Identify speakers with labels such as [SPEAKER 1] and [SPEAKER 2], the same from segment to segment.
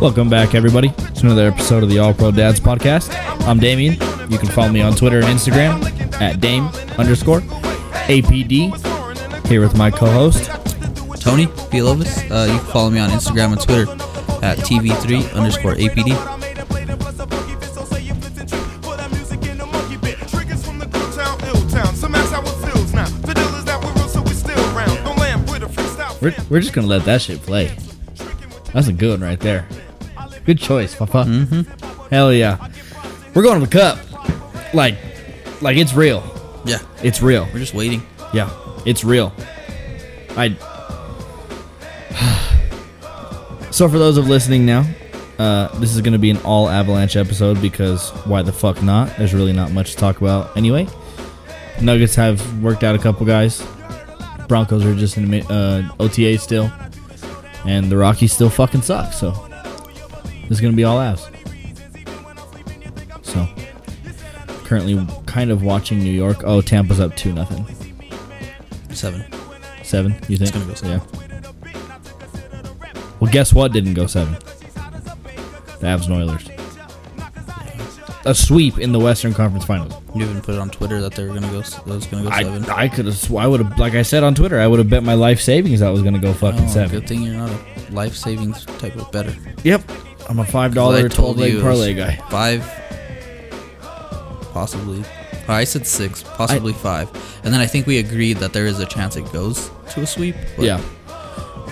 [SPEAKER 1] Welcome back, everybody, to another episode of the All Pro Dads podcast. I'm Damien. You can follow me on Twitter and Instagram at Dame underscore APD. Here with my co host.
[SPEAKER 2] Tony Villalobos. Uh, you can follow me on Instagram and Twitter at TV3 underscore APD.
[SPEAKER 1] We're, we're just going to let that shit play. That's a good one right there. Good choice, Papa. Mm-hmm. Hell yeah. We're going to the cup. Like, like it's real.
[SPEAKER 2] Yeah,
[SPEAKER 1] It's real.
[SPEAKER 2] we're just waiting.
[SPEAKER 1] Yeah, it's real. I. so for those of listening now, uh, this is going to be an all Avalanche episode because why the fuck not? There's really not much to talk about anyway. Nuggets have worked out a couple guys. Broncos are just in mi- uh, OTA still, and the Rockies still fucking suck. So this is going to be all Avs. So currently kind of watching New York. Oh, Tampa's up two nothing.
[SPEAKER 2] Seven.
[SPEAKER 1] Seven, you think?
[SPEAKER 2] gonna go seven.
[SPEAKER 1] Yeah. Well, guess what didn't go seven? The Avs and Oilers. A sweep in the Western Conference Finals.
[SPEAKER 2] You even put it on Twitter that they were gonna go. s- That was gonna go
[SPEAKER 1] I,
[SPEAKER 2] seven.
[SPEAKER 1] I could have, sw- I would have, like I said on Twitter, I would have bet my life savings that was going to go fucking
[SPEAKER 2] Oh,
[SPEAKER 1] seven.
[SPEAKER 2] Good thing you're not a life savings type of better.
[SPEAKER 1] Yep. I'm a five dollar twelve leg parlay guy.
[SPEAKER 2] Five, possibly. Oh, I said six, possibly five, and then I think we agreed that there is a chance it goes to a sweep. but
[SPEAKER 1] yeah,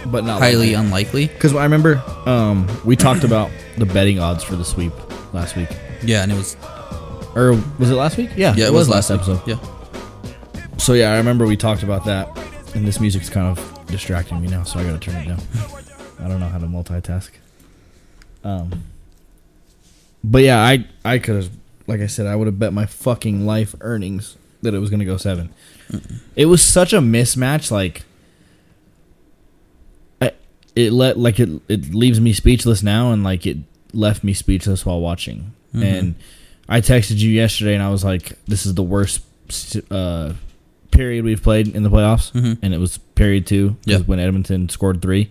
[SPEAKER 1] but not
[SPEAKER 2] highly unlikely.
[SPEAKER 1] Because I remember um, we talked about the betting odds for the sweep last week,
[SPEAKER 2] Yeah, and it was.
[SPEAKER 1] or was Uh, it last week? Yeah,
[SPEAKER 2] Yeah, it, was, last
[SPEAKER 1] episode.
[SPEAKER 2] episode. Yeah,
[SPEAKER 1] So yeah, I remember we talked about that, and this music's kind of distracting me now, so I gotta turn it down. I don't know how to multitask. Um, but yeah, I I could have, like I said, I would have bet my fucking life earnings that it was gonna go 7 It was such a mismatch, like. I- It let like it it leaves me speechless now, and like it left me speechless while watching. And I texted you yesterday, and I was like, "This is the worst uh, period we've played in the playoffs," and it was period two, 'cause
[SPEAKER 2] Mm-hmm. Yeah.
[SPEAKER 1] when Edmonton scored three.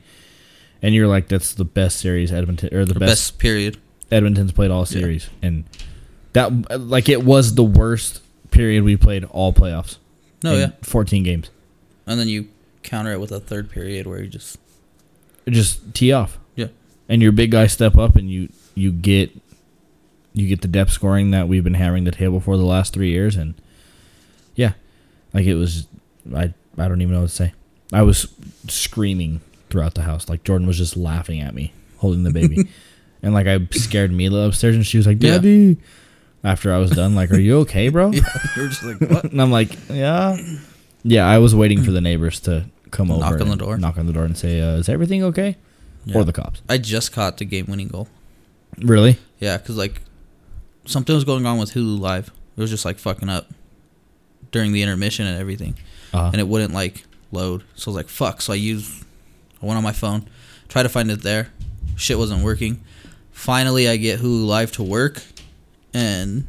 [SPEAKER 1] And you're like, "That's the best series Edmonton or the
[SPEAKER 2] the
[SPEAKER 1] best
[SPEAKER 2] best period.
[SPEAKER 1] Edmonton's played all series, and that like it was the worst period we played all playoffs.
[SPEAKER 2] No,
[SPEAKER 1] in
[SPEAKER 2] yeah,
[SPEAKER 1] fourteen games.
[SPEAKER 2] and then you counter it with a third period where you just
[SPEAKER 1] Just tee off,
[SPEAKER 2] yeah
[SPEAKER 1] and your big guys step up, and you you get you get the depth scoring that we've been having the table for the last three years, and yeah, like it was. I I don't even know what to say. I was screaming throughout the house. Like Jordan was just laughing at me, holding the baby, and like I scared Mila upstairs, and she was like,
[SPEAKER 2] Yeah.
[SPEAKER 1] "Daddy." After I was done, like, "Are you okay, bro?"
[SPEAKER 2] you're just like what
[SPEAKER 1] and I'm like, yeah, yeah. I was waiting for the neighbors to come
[SPEAKER 2] Knock
[SPEAKER 1] over,
[SPEAKER 2] on the
[SPEAKER 1] and
[SPEAKER 2] door.
[SPEAKER 1] knock on the door, and say, uh, "Is everything okay?" Or the cops.
[SPEAKER 2] I just caught the game winning goal
[SPEAKER 1] Really?
[SPEAKER 2] yeah because like something was going on with Hulu Live it was just like fucking up during the intermission and everything
[SPEAKER 1] Uh,
[SPEAKER 2] and it wouldn't like load so I was like fuck so I used I went on my phone tried to find it there shit wasn't working finally I get Hulu Live to work and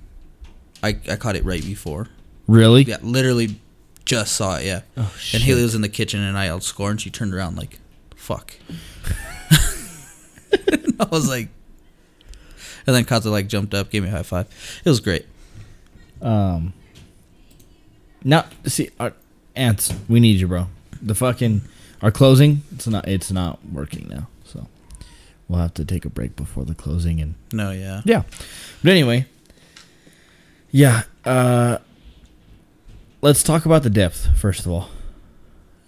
[SPEAKER 2] I I caught it right before
[SPEAKER 1] really?
[SPEAKER 2] yeah literally just saw it yeah
[SPEAKER 1] Oh, shit.
[SPEAKER 2] And Haley was in the kitchen, and I yelled score, and she turned around like, "Fuck." I was like, and then Kaza like jumped up, gave me a high five. It was great.
[SPEAKER 1] Um. Now, see, our, ants, we need you, bro. The fucking our closing. It's not. It's not working now. So we'll have to take a break before the closing and
[SPEAKER 2] No, yeah,
[SPEAKER 1] Yeah. But anyway, yeah. Uh, let's talk about the depth first of all,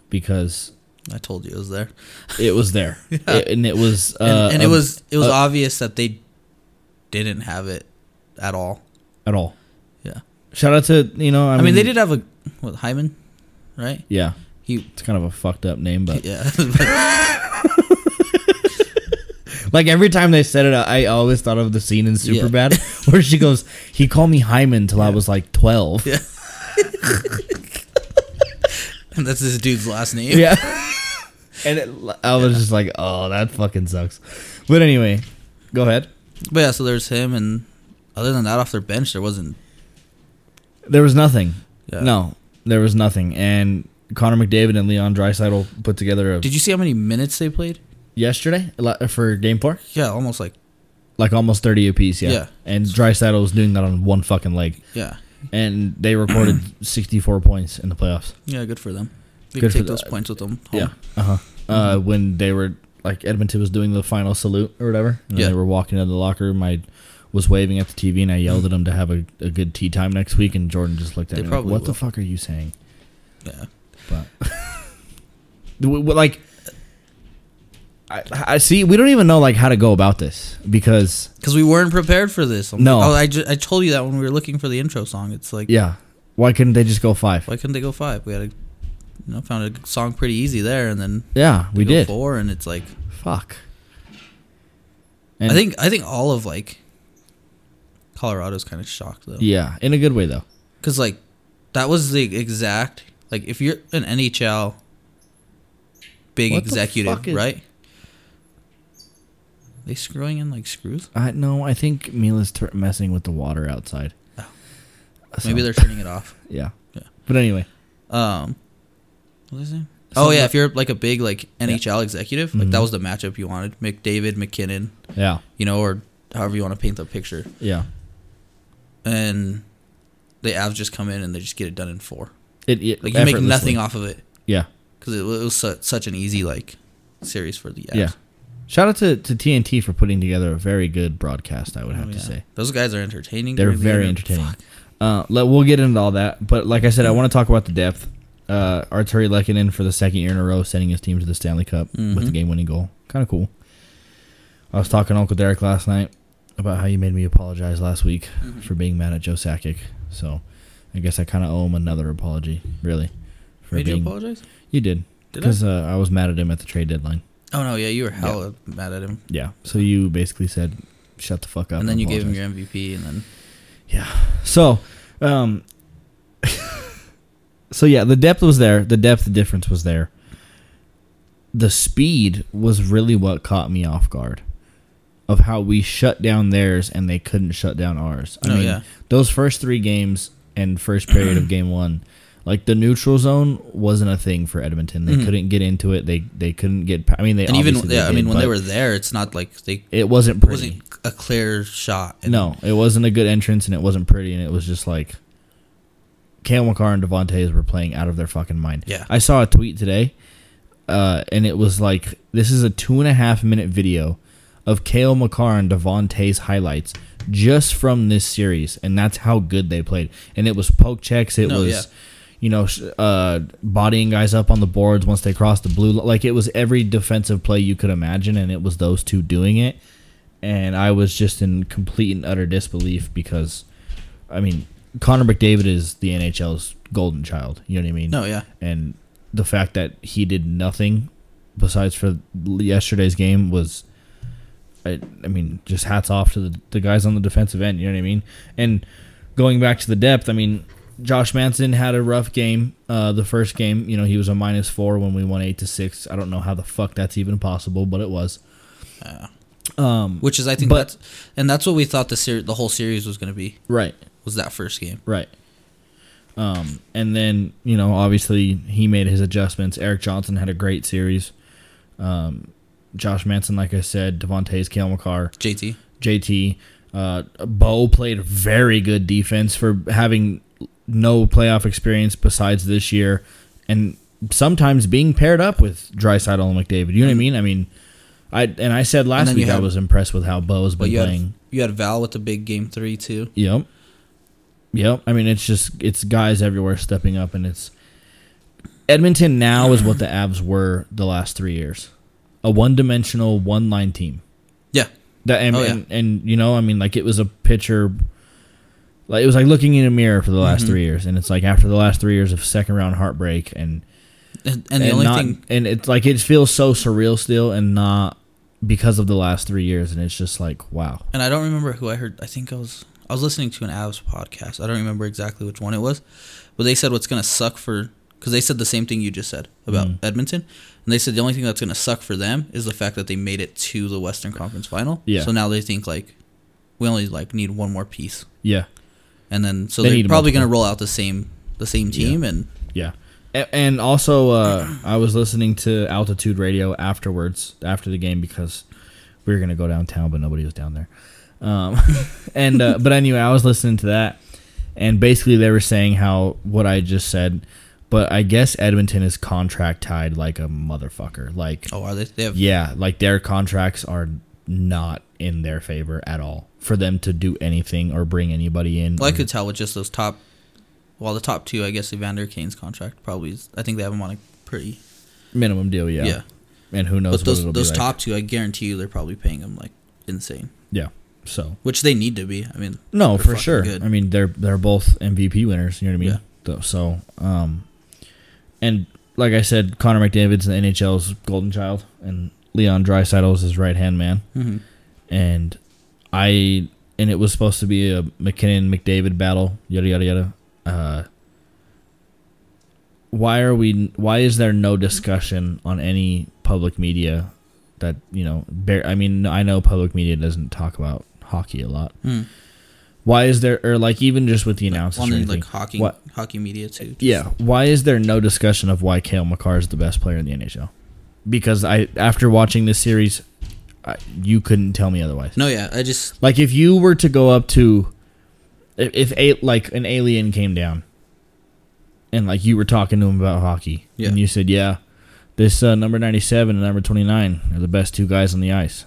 [SPEAKER 1] because
[SPEAKER 2] I told you it was there,
[SPEAKER 1] it was there, It- and it was, uh,
[SPEAKER 2] and, and it
[SPEAKER 1] um,
[SPEAKER 2] was it was
[SPEAKER 1] uh,
[SPEAKER 2] obvious that they didn't have it at all.
[SPEAKER 1] at all.
[SPEAKER 2] Yeah,
[SPEAKER 1] Shout out to you know. I,
[SPEAKER 2] I mean, they did have a what Hyman, right?
[SPEAKER 1] Yeah,
[SPEAKER 2] He
[SPEAKER 1] it's kind of a fucked up name, but
[SPEAKER 2] yeah, but
[SPEAKER 1] like every time they said it, I always thought of the scene in
[SPEAKER 2] Yeah.
[SPEAKER 1] Superbad where she goes, "He called me Hyman till I was like 12.
[SPEAKER 2] Yeah. and that's this dude's last name.
[SPEAKER 1] Yeah. and it, I was just like, "Oh, that fucking sucks." But anyway, go ahead.
[SPEAKER 2] But yeah, so there's him, and other than that, off their bench, there wasn't.
[SPEAKER 1] There was nothing.
[SPEAKER 2] Yeah.
[SPEAKER 1] No, there was nothing. And Connor McDavid and Leon Dreisaitl put together a
[SPEAKER 2] Did you see how many minutes they played?
[SPEAKER 1] yesterday li- for game four,
[SPEAKER 2] Yeah, almost like
[SPEAKER 1] like almost thirty apiece. Yeah.
[SPEAKER 2] Yeah.
[SPEAKER 1] And Drysaddle was doing that on one fucking leg,
[SPEAKER 2] yeah,
[SPEAKER 1] and they recorded sixty four points in the playoffs.
[SPEAKER 2] yeah. Good for them. They
[SPEAKER 1] Good
[SPEAKER 2] can
[SPEAKER 1] for
[SPEAKER 2] take
[SPEAKER 1] the-
[SPEAKER 2] those points with them. Um, home.
[SPEAKER 1] Yeah. Uh-huh. Uh
[SPEAKER 2] Mm-hmm.
[SPEAKER 1] When they were like Edmonton was doing the final salute or whatever, and
[SPEAKER 2] Yeah.
[SPEAKER 1] they were walking out of the locker room. I was waving at the TV and I yelled at him to have a, a good tea time next week, and Jordan just looked at
[SPEAKER 2] They
[SPEAKER 1] me
[SPEAKER 2] probably
[SPEAKER 1] like, "What the
[SPEAKER 2] will."
[SPEAKER 1] fuck are you saying?"
[SPEAKER 2] yeah.
[SPEAKER 1] But The w- w- like. I, I see. We don't even know like how to go about this because
[SPEAKER 2] Because we weren't prepared for this. I'm
[SPEAKER 1] No.
[SPEAKER 2] like, oh, I, ju- I told you that when we were looking for the intro song. It's like,
[SPEAKER 1] yeah, why couldn't they just go five?
[SPEAKER 2] why couldn't they go five? We had a, you know, found a song pretty easy there, and then
[SPEAKER 1] Yeah, we
[SPEAKER 2] go
[SPEAKER 1] did.
[SPEAKER 2] four, and it's like,
[SPEAKER 1] Fuck.
[SPEAKER 2] I think I think all of like Colorado's kind of shocked though.
[SPEAKER 1] yeah, in a good way though.
[SPEAKER 2] Cause like that was the exact like if you're an NHL big
[SPEAKER 1] What the
[SPEAKER 2] executive,
[SPEAKER 1] fuck is-
[SPEAKER 2] right? They screwing in like screws?
[SPEAKER 1] I no, I think Mila's tur messing with the water outside.
[SPEAKER 2] Oh.
[SPEAKER 1] So,
[SPEAKER 2] Maybe they're turning it off.
[SPEAKER 1] yeah.
[SPEAKER 2] Yeah.
[SPEAKER 1] But anyway,
[SPEAKER 2] Um what was his name? oh
[SPEAKER 1] Something
[SPEAKER 2] yeah,
[SPEAKER 1] like-
[SPEAKER 2] if you're like a big like NHL executive, like that
[SPEAKER 1] Mhm.
[SPEAKER 2] was the matchup you wanted. McDavid, McKinnon,
[SPEAKER 1] yeah,
[SPEAKER 2] you know, or however you want to paint the picture.
[SPEAKER 1] yeah.
[SPEAKER 2] And the Avs just come in and they just get it done in four.
[SPEAKER 1] It, it
[SPEAKER 2] Like you make
[SPEAKER 1] effortlessly.
[SPEAKER 2] nothing off of it.
[SPEAKER 1] Yeah,
[SPEAKER 2] because it was su- such an easy like series for the Avs.
[SPEAKER 1] yeah. Shout out to, to TNT for putting together a very good broadcast. I would have
[SPEAKER 2] Oh,
[SPEAKER 1] to
[SPEAKER 2] yeah.
[SPEAKER 1] say
[SPEAKER 2] those guys are entertaining.
[SPEAKER 1] they're
[SPEAKER 2] during the
[SPEAKER 1] very
[SPEAKER 2] game.
[SPEAKER 1] entertaining.
[SPEAKER 2] Fuck.
[SPEAKER 1] Uh, let, we'll get into all that, but like I said, I want to talk about the depth. Uh, Arturi Lekanen for the second year in a row, sending his team to the Stanley Cup with the
[SPEAKER 2] Mhm.
[SPEAKER 1] game-winning goal. Kind of cool. I was talking to Uncle Derek last night about how you made me apologize last week
[SPEAKER 2] Mhm.
[SPEAKER 1] for being mad at Joe Sakic. So I guess I kind of owe him another apology, really. For
[SPEAKER 2] Made you
[SPEAKER 1] being-
[SPEAKER 2] apologize?
[SPEAKER 1] You did
[SPEAKER 2] Did I?
[SPEAKER 1] because uh, I was mad at him at the trade deadline.
[SPEAKER 2] Oh no, yeah, you were hella mad at him,
[SPEAKER 1] Yeah. So you basically said, "Shut the fuck up,"
[SPEAKER 2] and then you gave
[SPEAKER 1] apologize."
[SPEAKER 2] him your MVP, and then
[SPEAKER 1] So, um, so yeah, the depth was there. The depth difference was there. The speed was really what caught me off guard, of how we shut down theirs and they couldn't shut down ours. I
[SPEAKER 2] No,
[SPEAKER 1] mean,
[SPEAKER 2] Oh, yeah.
[SPEAKER 1] those first three games and first period of game one, like the neutral zone wasn't a thing for Edmonton. They
[SPEAKER 2] Mhm.
[SPEAKER 1] couldn't get into it. They they couldn't get. pa- I mean, they
[SPEAKER 2] and even
[SPEAKER 1] obviously
[SPEAKER 2] yeah,
[SPEAKER 1] they
[SPEAKER 2] I mean
[SPEAKER 1] did,
[SPEAKER 2] when they
[SPEAKER 1] but
[SPEAKER 2] were there, it's not like they
[SPEAKER 1] it wasn't
[SPEAKER 2] it
[SPEAKER 1] pretty.
[SPEAKER 2] wasn't a clear shot. And
[SPEAKER 1] No, it wasn't a good entrance and it wasn't pretty and it was just like Cam McCarr and Devontae's were playing out of their fucking mind.
[SPEAKER 2] Yeah.
[SPEAKER 1] I saw a tweet today, uh, and it was like this is a two and a half minute video of Kale McCarr and Devontae's highlights just from this series, and that's how good they played. And it was poke checks, it
[SPEAKER 2] No,
[SPEAKER 1] was
[SPEAKER 2] yeah.
[SPEAKER 1] you know, sh- uh, bodying guys up on the boards once they crossed the blue. li- Like it was every defensive play you could imagine, and it was those two doing it. And I was just in complete and utter disbelief because, I mean, Connor McDavid is the NHL's golden child. You know what I mean?
[SPEAKER 2] no, yeah,
[SPEAKER 1] And the fact that he did nothing besides for yesterday's game was, I, I mean, just hats off to the, the guys on the defensive end. You know what I mean? And going back to the depth, I mean, Josh Manson had a rough game. Uh, the first game, you know, he was a minus four when we won eight to six. I don't know how the fuck that's even possible, but it was.
[SPEAKER 2] which is I think
[SPEAKER 1] but-
[SPEAKER 2] that's and that's what we thought the ser- the whole series was going to be
[SPEAKER 1] Right.
[SPEAKER 2] was that first game.
[SPEAKER 1] Right. Um, and then you know, obviously he made his adjustments. Eric Johnson had a great series. Um, Josh Manson, like I said, Devontae's Kale McCarr,
[SPEAKER 2] JT,
[SPEAKER 1] JT, uh, Bo played very good defense for having no playoff experience besides this year, and sometimes being paired up with Drysdale and McDavid. You know what I mean? I mean, I and I said last
[SPEAKER 2] then you
[SPEAKER 1] week I
[SPEAKER 2] had-
[SPEAKER 1] was impressed with how Bo's
[SPEAKER 2] but
[SPEAKER 1] been
[SPEAKER 2] you
[SPEAKER 1] playing.
[SPEAKER 2] had you had Val with the big game three too.
[SPEAKER 1] Yep. Yep. I mean, it's just it's guys everywhere stepping up, and it's Edmonton now is what the Avs were the last three years, a one-dimensional, one-line team.
[SPEAKER 2] Yeah,
[SPEAKER 1] That and,
[SPEAKER 2] Oh, yeah.
[SPEAKER 1] and and you know, I mean, like it was a picture. Like it was like looking in a mirror for the last
[SPEAKER 2] Mhm.
[SPEAKER 1] three years, and it's like after the last three years of second round heartbreak, and
[SPEAKER 2] and, and the only
[SPEAKER 1] not,
[SPEAKER 2] thing
[SPEAKER 1] and it's like it feels so surreal still, and not because of the last three years, and it's just like wow,
[SPEAKER 2] and I don't remember who I heard. I think I was I was listening to an Avs podcast. I don't remember exactly which one it was, but they said what's gonna suck for because they said the same thing you just said about
[SPEAKER 1] Mhm.
[SPEAKER 2] Edmonton, and they said the only thing that's gonna suck for them is the fact that they made it to the Western Conference Final.
[SPEAKER 1] Yeah.
[SPEAKER 2] So now they think like we only like need one more piece,
[SPEAKER 1] yeah,
[SPEAKER 2] and then so
[SPEAKER 1] They
[SPEAKER 2] they are
[SPEAKER 1] need
[SPEAKER 2] probably gonna
[SPEAKER 1] multiple.
[SPEAKER 2] roll out the same the same team and
[SPEAKER 1] yeah. A- And also, uh, I was listening to Altitude Radio afterwards, after the game, because we were gonna go downtown, but nobody was down there. Um, and uh, but anyway, I was listening to that, and basically they were saying how what I just said, but I guess Edmonton is contract tied like a motherfucker. Like,
[SPEAKER 2] Oh, are they? They have.
[SPEAKER 1] yeah, like their contracts are not in their favor at all for them to do anything or bring anybody in.
[SPEAKER 2] Well, I
[SPEAKER 1] or-
[SPEAKER 2] could tell with just those top. Well, the top two, I guess Evander Kane's contract probably is. I think they have him on a pretty.
[SPEAKER 1] minimum deal, yeah.
[SPEAKER 2] Yeah.
[SPEAKER 1] And who knows
[SPEAKER 2] But those
[SPEAKER 1] what it'll
[SPEAKER 2] those
[SPEAKER 1] be like.
[SPEAKER 2] top two, I guarantee you, they're probably paying him like insane,
[SPEAKER 1] Yeah. So
[SPEAKER 2] which they need to be. I mean,
[SPEAKER 1] no,
[SPEAKER 2] They're
[SPEAKER 1] for
[SPEAKER 2] fucking
[SPEAKER 1] sure.
[SPEAKER 2] good.
[SPEAKER 1] I mean, they're they're both MVP winners. You know what I
[SPEAKER 2] Yeah.
[SPEAKER 1] mean? Though- So, um, and like I said, Connor McDavid's the NHL's golden child, and Leon Draisaitl is his right hand man. And I and it was supposed to be a McKinnon McDavid battle. Yada yada yada. Uh, why are we? Why is there no discussion on any public media that you know? Bear, I mean, I know public media doesn't talk about hockey a lot.
[SPEAKER 2] Hmm.
[SPEAKER 1] Why is there, or like even just with the announcers,
[SPEAKER 2] on
[SPEAKER 1] or
[SPEAKER 2] the,
[SPEAKER 1] anything,
[SPEAKER 2] like hockey
[SPEAKER 1] What-
[SPEAKER 2] hockey media too. just-
[SPEAKER 1] yeah, why is there no discussion of why Kale McCarr is the best player in the NHL? Because I, after watching this series, I, you couldn't tell me otherwise.
[SPEAKER 2] No, yeah. I just
[SPEAKER 1] Like if you were to go up to, if, if a like an alien came down, and like you were talking to him about hockey,
[SPEAKER 2] Yeah.
[SPEAKER 1] and you said, yeah, this uh, number ninety seven and number twenty nine are the best two guys on the ice.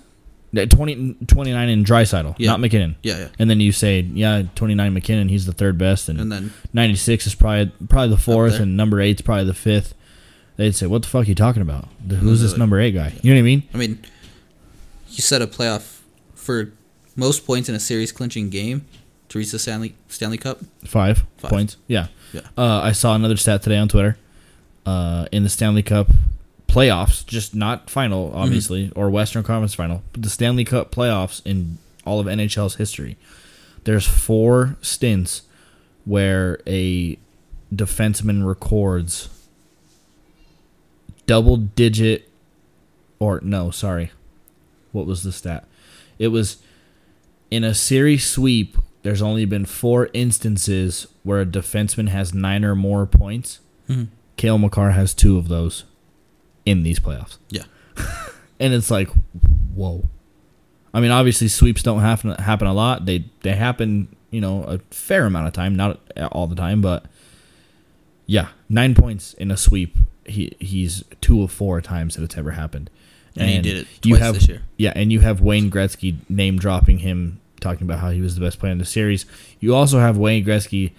[SPEAKER 1] That 20, 29 in Drysidle,
[SPEAKER 2] Yeah.
[SPEAKER 1] not McKinnon.
[SPEAKER 2] yeah yeah.
[SPEAKER 1] And then you say, yeah, 29 McKinnon, he's the third best, and,
[SPEAKER 2] And then
[SPEAKER 1] 96 is probably probably the fourth,
[SPEAKER 2] there.
[SPEAKER 1] and number eight's probably the fifth. They'd say, "What the fuck are you talking about? The- Who's this
[SPEAKER 2] Like-
[SPEAKER 1] number eight guy?" You know what I mean?
[SPEAKER 2] I mean, you set a playoff for most points in a series clinching game to reach the Stanley Stanley Cup.
[SPEAKER 1] Five,
[SPEAKER 2] Five.
[SPEAKER 1] points. Yeah.
[SPEAKER 2] Yeah.
[SPEAKER 1] Uh, I saw another stat today on Twitter. Uh, in the Stanley Cup playoffs, just not final,
[SPEAKER 2] Mm-hmm.
[SPEAKER 1] obviously, or Western Conference final, but the Stanley Cup playoffs in all of NHL's history, there's four stints where a defenseman records double digit or no, sorry. What was the stat? It was in a series sweep, there's only been four instances where a defenseman has nine or more points.
[SPEAKER 2] Mhm.
[SPEAKER 1] Kale McCarr has two of those in these playoffs.
[SPEAKER 2] Yeah.
[SPEAKER 1] and it's like, whoa. I mean, obviously, sweeps don't happen happen a lot. They they happen, you know, a fair amount of time, not all the time, but yeah, nine points in a sweep. He he's two of four times that it's ever happened.
[SPEAKER 2] And he did it
[SPEAKER 1] you
[SPEAKER 2] twice
[SPEAKER 1] have-
[SPEAKER 2] this year.
[SPEAKER 1] Yeah, and you have Wayne Gretzky name dropping him, talking about how he was the best player in the series. You also have Wayne Gretzky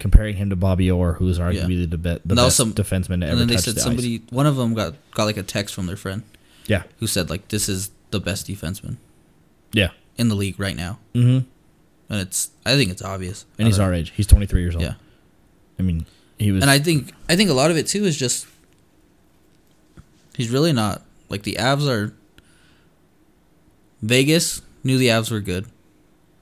[SPEAKER 1] comparing him to Bobby Orr, who is arguably the, be- the
[SPEAKER 2] That was
[SPEAKER 1] best
[SPEAKER 2] some-
[SPEAKER 1] defenseman to ever
[SPEAKER 2] And then they
[SPEAKER 1] touch
[SPEAKER 2] said
[SPEAKER 1] the
[SPEAKER 2] somebody, one of them got got like a text from their friend
[SPEAKER 1] ice. Yeah,
[SPEAKER 2] who said like this is the best defenseman
[SPEAKER 1] yeah,
[SPEAKER 2] in the league right now,
[SPEAKER 1] mm-hmm.
[SPEAKER 2] and it's I think it's obvious.
[SPEAKER 1] and he's
[SPEAKER 2] already.
[SPEAKER 1] our age. He's 23 years old.
[SPEAKER 2] Yeah,
[SPEAKER 1] I mean, he was.
[SPEAKER 2] and I think I think a lot of it too is just he's really not like the Avs are. Vegas knew the Avs were good.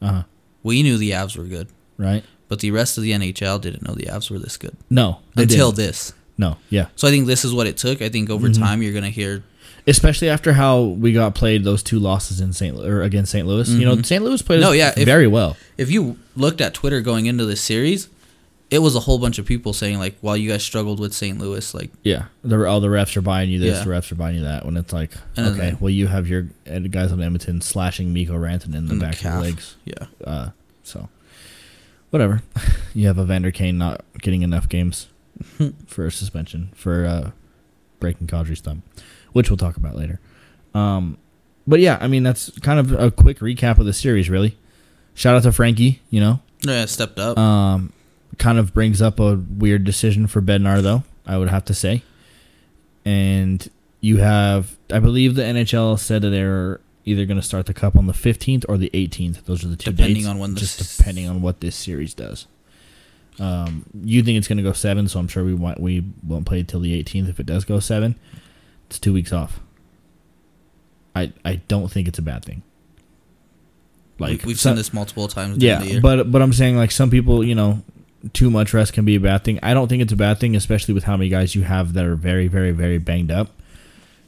[SPEAKER 1] uh-huh,
[SPEAKER 2] We knew the Avs were good,
[SPEAKER 1] right?
[SPEAKER 2] but the rest of the NHL didn't know the Avs were this good
[SPEAKER 1] No, they
[SPEAKER 2] until
[SPEAKER 1] didn't. Mm-hmm.
[SPEAKER 2] this.
[SPEAKER 1] no, yeah.
[SPEAKER 2] So I think this is what it took. I think over time you're gonna hear
[SPEAKER 1] especially after how we got played those two losses in St. Lu- or against St. Louis. You know, St. Louis played
[SPEAKER 2] Mm-hmm. No,
[SPEAKER 1] us
[SPEAKER 2] yeah, if-
[SPEAKER 1] very well.
[SPEAKER 2] if you looked at Twitter going into this series, it was a whole bunch of people saying like, "While you guys struggled with St. Louis, like
[SPEAKER 1] Yeah, the all the refs are buying you this,
[SPEAKER 2] Yeah.
[SPEAKER 1] the refs are buying you that. When it's like,
[SPEAKER 2] And then
[SPEAKER 1] okay,
[SPEAKER 2] they-
[SPEAKER 1] well, you have your and the guys on Edmonton slashing Miko Rantanen in the
[SPEAKER 2] in
[SPEAKER 1] back of the legs.
[SPEAKER 2] yeah,
[SPEAKER 1] Uh, so, whatever. you have a Vander Kane not getting enough games for a suspension for uh, breaking Kadri's thumb, which we'll talk about later. Um, but yeah, I mean that's kind of a quick recap of the series, really. Shout out to Frankie, you know,
[SPEAKER 2] no, yeah, stepped up."
[SPEAKER 1] Um, kind of brings up a weird decision for Bednar, though. I would have to say. And you have, I believe the NHL said that they're either going to start the cup on the fifteenth or the eighteenth. Those are the two
[SPEAKER 2] Depending
[SPEAKER 1] dates,
[SPEAKER 2] on when this-
[SPEAKER 1] just depending on what this series does. Um, you think it's going to go seven, so I'm sure we won't we won't play till the eighteenth if it does go seven. It's two weeks off. I I don't think it's a bad thing.
[SPEAKER 2] we, we've
[SPEAKER 1] so-
[SPEAKER 2] seen this multiple times. during the
[SPEAKER 1] yeah,
[SPEAKER 2] year.
[SPEAKER 1] but but I'm saying like some people, you know, too much rest can be a bad thing. I don't think it's a bad thing, especially with how many guys you have that are very, very, very banged up.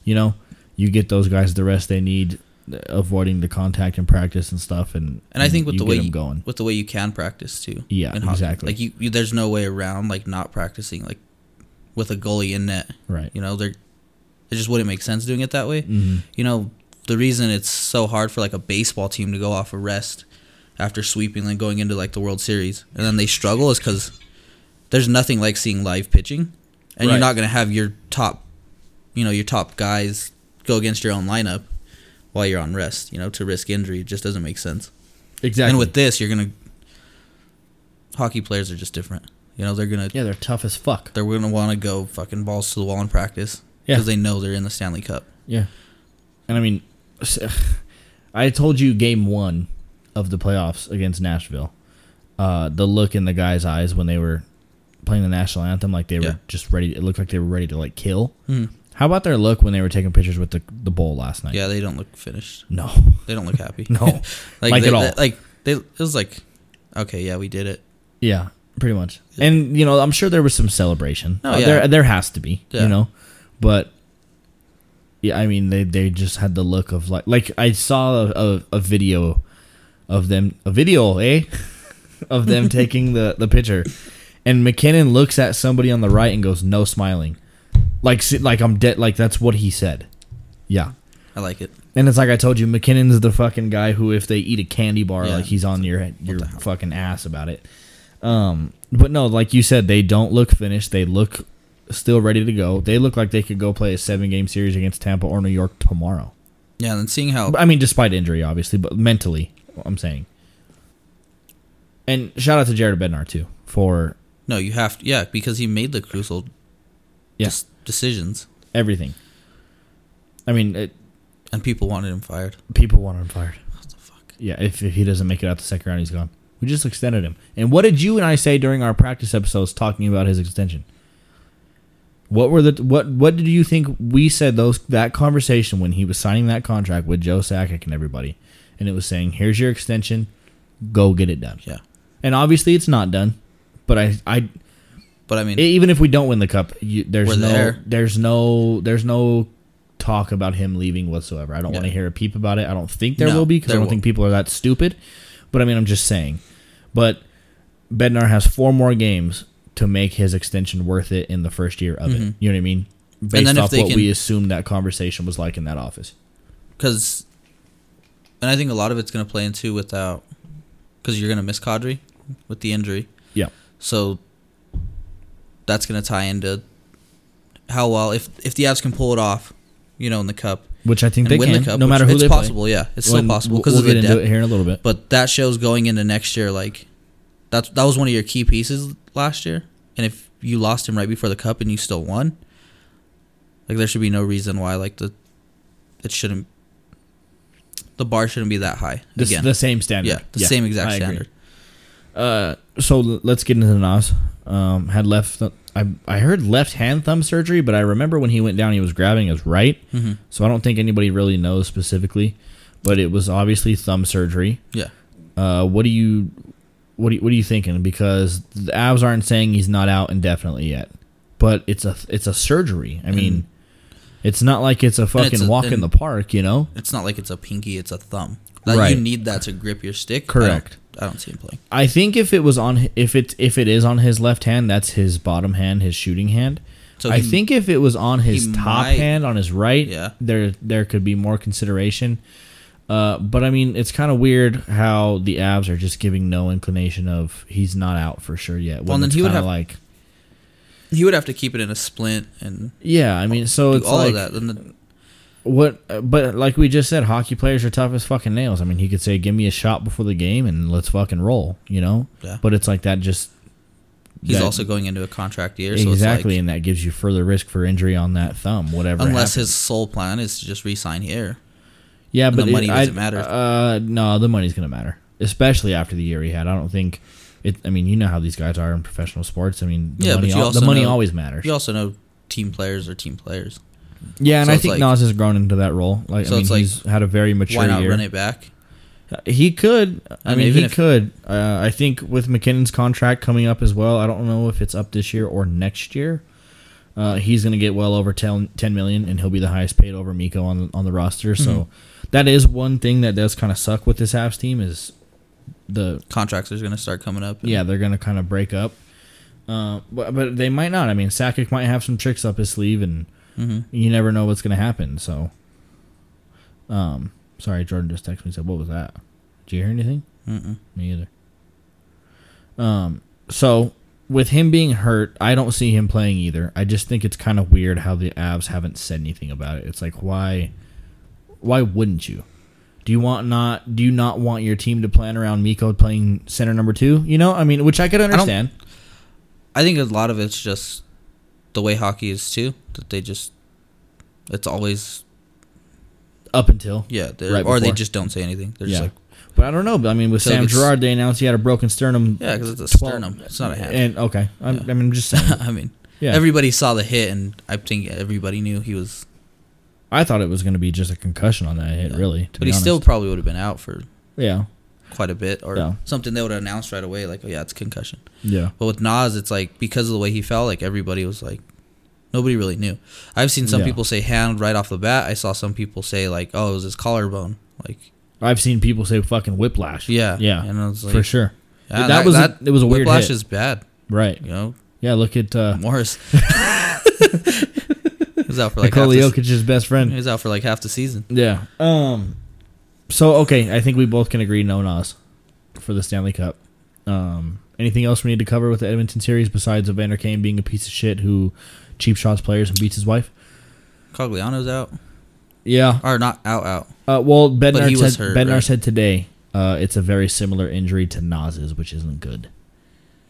[SPEAKER 1] You know, you get those guys the rest they need, uh, avoiding the contact and practice and stuff, and
[SPEAKER 2] and I think with
[SPEAKER 1] you
[SPEAKER 2] the
[SPEAKER 1] get
[SPEAKER 2] way
[SPEAKER 1] them
[SPEAKER 2] you,
[SPEAKER 1] going,
[SPEAKER 2] with the way you can practice too.
[SPEAKER 1] Yeah,
[SPEAKER 2] in hockey.
[SPEAKER 1] exactly.
[SPEAKER 2] Like you, you, there's no way around like not practicing. Like with a goalie in net.
[SPEAKER 1] Right.
[SPEAKER 2] You know, they're it just wouldn't make sense doing it that way.
[SPEAKER 1] Mhm.
[SPEAKER 2] You know, the reason it's so hard for like a baseball team to go off a rest after sweeping and going into like the World Series and then they struggle is because there's nothing like seeing live pitching, and
[SPEAKER 1] Right.
[SPEAKER 2] you're not gonna have your top, you know, your top guys go against your own lineup while you're on rest. You know, to risk injury it just doesn't make sense.
[SPEAKER 1] Exactly.
[SPEAKER 2] And with this, you're gonna hockey players are just different. You know, they're gonna
[SPEAKER 1] yeah, they're tough as fuck.
[SPEAKER 2] they're gonna want to go fucking balls to the wall in practice
[SPEAKER 1] Yeah.
[SPEAKER 2] because they know they're in the Stanley Cup.
[SPEAKER 1] Yeah. And I mean, I told you game one of the playoffs against Nashville, uh, the look in the guys' eyes when they were playing the national anthem, like they were
[SPEAKER 2] Yeah. Mm-hmm.
[SPEAKER 1] just ready. It looked like they were ready to like kill. How about their look when they were taking pictures with the the bowl last night?
[SPEAKER 2] Yeah, they don't look finished.
[SPEAKER 1] No.
[SPEAKER 2] They don't look happy.
[SPEAKER 1] No.
[SPEAKER 2] like,
[SPEAKER 1] Like
[SPEAKER 2] they,
[SPEAKER 1] at all.
[SPEAKER 2] they- like they, it was like, okay, yeah, we did it.
[SPEAKER 1] Yeah, pretty much. And you know, I'm sure there was some celebration.
[SPEAKER 2] Oh,
[SPEAKER 1] Uh,
[SPEAKER 2] yeah.
[SPEAKER 1] There there has to be,
[SPEAKER 2] Yeah.
[SPEAKER 1] you know. But yeah, I mean they they just had the look of like like I saw a, a, a video of them a video, eh? of them taking the the picture. And McKinnon looks at somebody on the right and goes, "No smiling." Like si- like I'm dead like that's what he said. Yeah.
[SPEAKER 2] I like it.
[SPEAKER 1] And it's like I told you, McKinnon's the fucking guy who, if they eat a candy bar,
[SPEAKER 2] Yeah.
[SPEAKER 1] like he's on your your
[SPEAKER 2] the hell?
[SPEAKER 1] fucking ass about it. Um, but no, like you said, they don't look finished. They look still ready to go. They look like they could go play a seven game series against Tampa or New York tomorrow.
[SPEAKER 2] Yeah, and then seeing how
[SPEAKER 1] I mean, despite injury, obviously, but mentally, I'm saying. And shout out to Jared Bednar too for
[SPEAKER 2] no, you have to, yeah because he made the crucial
[SPEAKER 1] Yeah.
[SPEAKER 2] des- decisions,
[SPEAKER 1] everything. I mean, it,
[SPEAKER 2] and people wanted him fired.
[SPEAKER 1] people want him fired.
[SPEAKER 2] What the fuck?
[SPEAKER 1] Yeah, if, if he doesn't make it out the second round, he's gone. We just extended him. And what did you and I say during our practice episodes talking about his extension? What were the what what did you think we said those that conversation when he was signing that contract with Joe Sakic and everybody? And it was saying, "Here's your extension. Go get it done."
[SPEAKER 2] Yeah,
[SPEAKER 1] And obviously it's not done, but I I
[SPEAKER 2] but I mean,
[SPEAKER 1] E, even if we don't win the cup, you, there's
[SPEAKER 2] We're
[SPEAKER 1] no
[SPEAKER 2] there.
[SPEAKER 1] there's no there's no talk about him leaving whatsoever. I don't
[SPEAKER 2] Yeah.
[SPEAKER 1] want to hear a peep about it. I don't think there
[SPEAKER 2] No,
[SPEAKER 1] will be because I
[SPEAKER 2] there
[SPEAKER 1] don't
[SPEAKER 2] won't.
[SPEAKER 1] think people are that stupid. But I mean, I'm just saying. But Bednar has four more games to make his extension worth it in the first year of it. You know what I mean? Based
[SPEAKER 2] Mm-hmm. then if
[SPEAKER 1] off
[SPEAKER 2] they
[SPEAKER 1] what
[SPEAKER 2] can-
[SPEAKER 1] we assumed that conversation was like in that office.
[SPEAKER 2] because, and I think a lot of it's gonna play into without, because you're gonna miss Kadri with the injury.
[SPEAKER 1] Yeah.
[SPEAKER 2] So that's going to tie into how well if if the Avs can pull it off, you know, in the cup
[SPEAKER 1] Which I think
[SPEAKER 2] and
[SPEAKER 1] they
[SPEAKER 2] win
[SPEAKER 1] can,
[SPEAKER 2] the cup,
[SPEAKER 1] no
[SPEAKER 2] which
[SPEAKER 1] matter who
[SPEAKER 2] it's
[SPEAKER 1] they
[SPEAKER 2] possible.
[SPEAKER 1] play.
[SPEAKER 2] Yeah, it's still
[SPEAKER 1] When-
[SPEAKER 2] possible
[SPEAKER 1] we'll-
[SPEAKER 2] because
[SPEAKER 1] we'll
[SPEAKER 2] of the
[SPEAKER 1] get into it
[SPEAKER 2] depth.
[SPEAKER 1] here in a little bit.
[SPEAKER 2] But that shows going into next year like that's that was one of your key pieces last year, and if you lost him right before the cup and you still won, like there should be no reason why like the it shouldn't the bar shouldn't be that high
[SPEAKER 1] the, s-
[SPEAKER 2] again.
[SPEAKER 1] the same standard.
[SPEAKER 2] yeah, the same exact
[SPEAKER 1] I agree.
[SPEAKER 2] standard.
[SPEAKER 1] Uh, so l- let's get into the Nas. Um, had left. I I heard left hand thumb surgery, but I remember when he went down, he was grabbing his right.
[SPEAKER 2] hmm
[SPEAKER 1] So I don't think anybody really knows specifically, but it was obviously thumb surgery.
[SPEAKER 2] Yeah.
[SPEAKER 1] Uh, what do you, what do you, what are you thinking? Because the Avs aren't saying he's not out indefinitely yet, but it's a it's a surgery. I mean,
[SPEAKER 2] And-
[SPEAKER 1] it's not like it's a fucking
[SPEAKER 2] it's a-
[SPEAKER 1] walk in
[SPEAKER 2] and-
[SPEAKER 1] the park, you know.
[SPEAKER 2] It's not like it's a pinky; it's a thumb. Like
[SPEAKER 1] Right.
[SPEAKER 2] you need that to grip your stick. I
[SPEAKER 1] Correct.
[SPEAKER 2] don't- I don't, see him playing.
[SPEAKER 1] I think if it was on if it if it is on his left hand, that's his bottom hand, his shooting hand.
[SPEAKER 2] So
[SPEAKER 1] I
[SPEAKER 2] he-
[SPEAKER 1] think if it was on his
[SPEAKER 2] he
[SPEAKER 1] top
[SPEAKER 2] might-
[SPEAKER 1] hand, on his right,
[SPEAKER 2] Yeah.
[SPEAKER 1] there there could be more consideration. Uh, but I mean, it's kind of weird how the Avs are just giving no inclination of he's not out for sure yet. When
[SPEAKER 2] Well, then
[SPEAKER 1] it's
[SPEAKER 2] he would
[SPEAKER 1] kinda
[SPEAKER 2] have-
[SPEAKER 1] like
[SPEAKER 2] He would have to keep it in a splint and
[SPEAKER 1] yeah. I mean, so
[SPEAKER 2] do
[SPEAKER 1] it's
[SPEAKER 2] all
[SPEAKER 1] like
[SPEAKER 2] of that. Then the,
[SPEAKER 1] what, uh, but like we just said, hockey players are tough as fucking nails. I mean, he could say, "Give me a shot before the game and let's fucking roll," you know.
[SPEAKER 2] Yeah.
[SPEAKER 1] But it's like that just
[SPEAKER 2] he's
[SPEAKER 1] that-
[SPEAKER 2] also going into a contract year, so
[SPEAKER 1] exactly,
[SPEAKER 2] it's
[SPEAKER 1] and that gives you further risk for injury on that thumb, whatever.
[SPEAKER 2] like unless
[SPEAKER 1] happens.
[SPEAKER 2] his sole plan is to just re-sign here.
[SPEAKER 1] yeah, but
[SPEAKER 2] the money
[SPEAKER 1] it,
[SPEAKER 2] doesn't
[SPEAKER 1] I-
[SPEAKER 2] matter.
[SPEAKER 1] Uh, no, the money's gonna matter, especially after the year he had. I don't think it. I mean, you know how these guys are in professional sports. I mean, the
[SPEAKER 2] Yeah, but
[SPEAKER 1] money,
[SPEAKER 2] you
[SPEAKER 1] al-
[SPEAKER 2] also
[SPEAKER 1] the money
[SPEAKER 2] know-
[SPEAKER 1] always matters.
[SPEAKER 2] You also know team players are team players.
[SPEAKER 1] yeah, and
[SPEAKER 2] so
[SPEAKER 1] I
[SPEAKER 2] it's
[SPEAKER 1] think
[SPEAKER 2] like-
[SPEAKER 1] Nas has grown into that role. Like,
[SPEAKER 2] So
[SPEAKER 1] I mean,
[SPEAKER 2] it's like,
[SPEAKER 1] he's had a very mature
[SPEAKER 2] Why not
[SPEAKER 1] year.
[SPEAKER 2] run it back?
[SPEAKER 1] He could. I,
[SPEAKER 2] And
[SPEAKER 1] mean,
[SPEAKER 2] even
[SPEAKER 1] he
[SPEAKER 2] if-
[SPEAKER 1] could. Uh, I think with McKinnon's contract coming up as well, I don't know if it's up this year or next year. Uh, he's going to get well over 10, 10 million, and he'll be the highest paid over Miko on on the roster.
[SPEAKER 2] Mm-hmm.
[SPEAKER 1] So that is one thing that does kind of suck with this Habs team is the
[SPEAKER 2] Contracts are going to start coming up. and-
[SPEAKER 1] yeah they're going to kind of break up. Uh, but, but they might not. I mean, Sakic might have some tricks up his sleeve, and
[SPEAKER 2] Mm-hmm.
[SPEAKER 1] you never know what's going to happen. So, um, sorry, Jordan just texted me and said, "What was that? Did you hear anything?"
[SPEAKER 2] Mm-mm.
[SPEAKER 1] Me either. Um, so with him being hurt, I don't see him playing either. I just think it's kind of weird how the Avs haven't said anything about it. It's like why, why wouldn't you? Do you want not? Do you not want your team to plan around Miko playing center number two? You know, I mean, which I could understand.
[SPEAKER 2] I think a lot of it's just the way hockey is too. That they just, it's always
[SPEAKER 1] up until,
[SPEAKER 2] yeah, they're-
[SPEAKER 1] Right
[SPEAKER 2] or they
[SPEAKER 1] before.
[SPEAKER 2] just don't say anything. They're
[SPEAKER 1] yeah.
[SPEAKER 2] just like
[SPEAKER 1] but I don't know. But I mean, with
[SPEAKER 2] So
[SPEAKER 1] Sam
[SPEAKER 2] it's-
[SPEAKER 1] Gerard, they announced he had a broken sternum.
[SPEAKER 2] yeah, because it's a
[SPEAKER 1] 12
[SPEAKER 2] sternum. It's not a hand.
[SPEAKER 1] And okay, I'm,
[SPEAKER 2] Yeah.
[SPEAKER 1] I mean, I'm just saying.
[SPEAKER 2] I mean,
[SPEAKER 1] Yeah,
[SPEAKER 2] everybody saw the hit, and I think everybody knew he was,
[SPEAKER 1] I thought it was going to be just a concussion on that hit,
[SPEAKER 2] Yeah.
[SPEAKER 1] really. To be
[SPEAKER 2] but he still
[SPEAKER 1] honest.
[SPEAKER 2] probably would have been out for
[SPEAKER 1] yeah,
[SPEAKER 2] quite a bit or
[SPEAKER 1] Yeah.
[SPEAKER 2] something. They would have announced right away, like, oh yeah, it's concussion.
[SPEAKER 1] yeah.
[SPEAKER 2] But with Nas, it's like because of the way he fell, like everybody was like, nobody really knew. I've seen some
[SPEAKER 1] Yeah.
[SPEAKER 2] people say hand right off the bat. I saw some people say like, oh, it was his collarbone. Like,
[SPEAKER 1] I've seen people say fucking whiplash.
[SPEAKER 2] yeah,
[SPEAKER 1] Yeah,
[SPEAKER 2] and I was like,
[SPEAKER 1] for sure.
[SPEAKER 2] yeah,
[SPEAKER 1] that, was
[SPEAKER 2] that
[SPEAKER 1] a, it was a weird
[SPEAKER 2] whiplash
[SPEAKER 1] hit.
[SPEAKER 2] is bad.
[SPEAKER 1] right.
[SPEAKER 2] You know,
[SPEAKER 1] Yeah, look at uh,
[SPEAKER 2] Morris he's out for like half
[SPEAKER 1] Nikola
[SPEAKER 2] the,
[SPEAKER 1] Jokic's best friend.
[SPEAKER 2] he's out for like half the season.
[SPEAKER 1] Yeah. Um. So okay, I think we both can agree no Nas for the Stanley Cup. Um. Anything else we need to cover with the Edmonton series besides Evander Kane being a piece of shit who cheap shots players and beats his wife?
[SPEAKER 2] Cogliano's out
[SPEAKER 1] Yeah.
[SPEAKER 2] or not out out.
[SPEAKER 1] Uh, well,
[SPEAKER 2] But he
[SPEAKER 1] Bednar
[SPEAKER 2] was
[SPEAKER 1] said
[SPEAKER 2] hurt,
[SPEAKER 1] Bednar
[SPEAKER 2] right?
[SPEAKER 1] said today uh, it's a very similar injury to Nas's, which isn't good.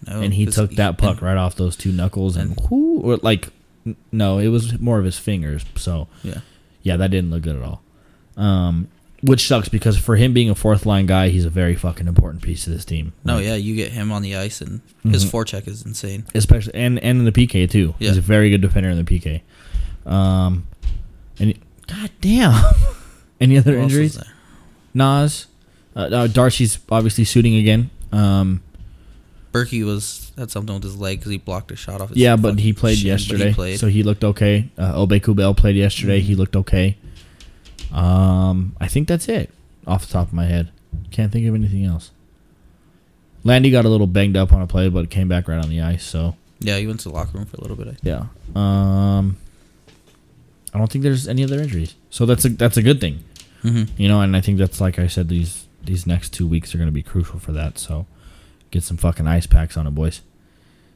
[SPEAKER 2] No,
[SPEAKER 1] and he
[SPEAKER 2] Oh, this- e-
[SPEAKER 1] took that puck
[SPEAKER 2] and-
[SPEAKER 1] right off those two knuckles and,
[SPEAKER 2] and-
[SPEAKER 1] whoo, or like n- no it was more of his fingers so
[SPEAKER 2] Yeah.
[SPEAKER 1] yeah that didn't look good at all um which sucks because for him being a fourth line guy he's a very fucking important piece of this team
[SPEAKER 2] No,
[SPEAKER 1] Like,
[SPEAKER 2] yeah, you get him on the ice, and his
[SPEAKER 1] Mhm.
[SPEAKER 2] forecheck is insane.
[SPEAKER 1] especially and and in the pk too he's
[SPEAKER 2] Yeah.
[SPEAKER 1] a very good defender in the pk um and god damn any other
[SPEAKER 2] Who else is
[SPEAKER 1] injuries
[SPEAKER 2] there?
[SPEAKER 1] nas uh, uh, darcy's obviously shooting again um
[SPEAKER 2] Berkey was had something with his leg because he blocked a shot off. his
[SPEAKER 1] Yeah, but
[SPEAKER 2] fucking
[SPEAKER 1] he played
[SPEAKER 2] shin, but he
[SPEAKER 1] yesterday,
[SPEAKER 2] played.
[SPEAKER 1] so he looked okay. Uh, Obey Kubel played yesterday; he looked okay. Um, I think that's it off the top of my head. Can't think of anything else. Landy got a little banged up on a play, but came back right on the ice. So
[SPEAKER 2] yeah, he went to the locker room for a little bit. I-
[SPEAKER 1] yeah, um, I don't think there's any other injuries. So that's a that's a good thing,
[SPEAKER 2] eh?
[SPEAKER 1] you know. And I think that's like I said these these next two weeks are going to be crucial for that. So get some fucking ice packs on it, boys,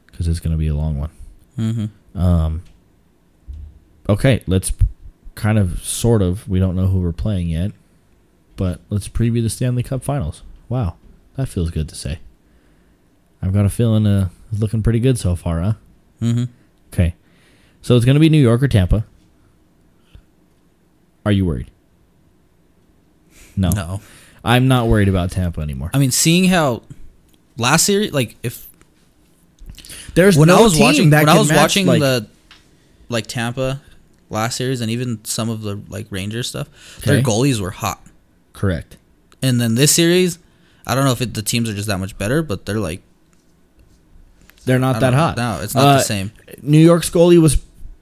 [SPEAKER 1] because it's going to be a long one.
[SPEAKER 2] Mm-hmm.
[SPEAKER 1] Um, okay, let's kind of, sort of, we don't know who we're playing yet, but let's preview the Stanley Cup Finals. Wow, that feels good to say. I've got a feeling uh, it's looking pretty good so far, huh?
[SPEAKER 2] Mm-hmm.
[SPEAKER 1] Okay, so it's going to be New York or Tampa. Are you worried? No.
[SPEAKER 2] No,
[SPEAKER 1] I'm not worried about Tampa anymore.
[SPEAKER 2] I mean, seeing how last series, like if
[SPEAKER 1] There's
[SPEAKER 2] when
[SPEAKER 1] no
[SPEAKER 2] I was
[SPEAKER 1] team
[SPEAKER 2] watching
[SPEAKER 1] that
[SPEAKER 2] when I
[SPEAKER 1] can
[SPEAKER 2] was
[SPEAKER 1] match,
[SPEAKER 2] watching
[SPEAKER 1] like-
[SPEAKER 2] the like Tampa last series and even some of the like Ranger stuff, their
[SPEAKER 1] Okay.
[SPEAKER 2] goalies were hot.
[SPEAKER 1] correct.
[SPEAKER 2] And then this series, I don't know if it, the teams are just that much better, but they're like
[SPEAKER 1] They're
[SPEAKER 2] I
[SPEAKER 1] not
[SPEAKER 2] don't
[SPEAKER 1] that
[SPEAKER 2] know.
[SPEAKER 1] hot.
[SPEAKER 2] No, it's not the
[SPEAKER 1] Uh,
[SPEAKER 2] same.
[SPEAKER 1] New York's goalie was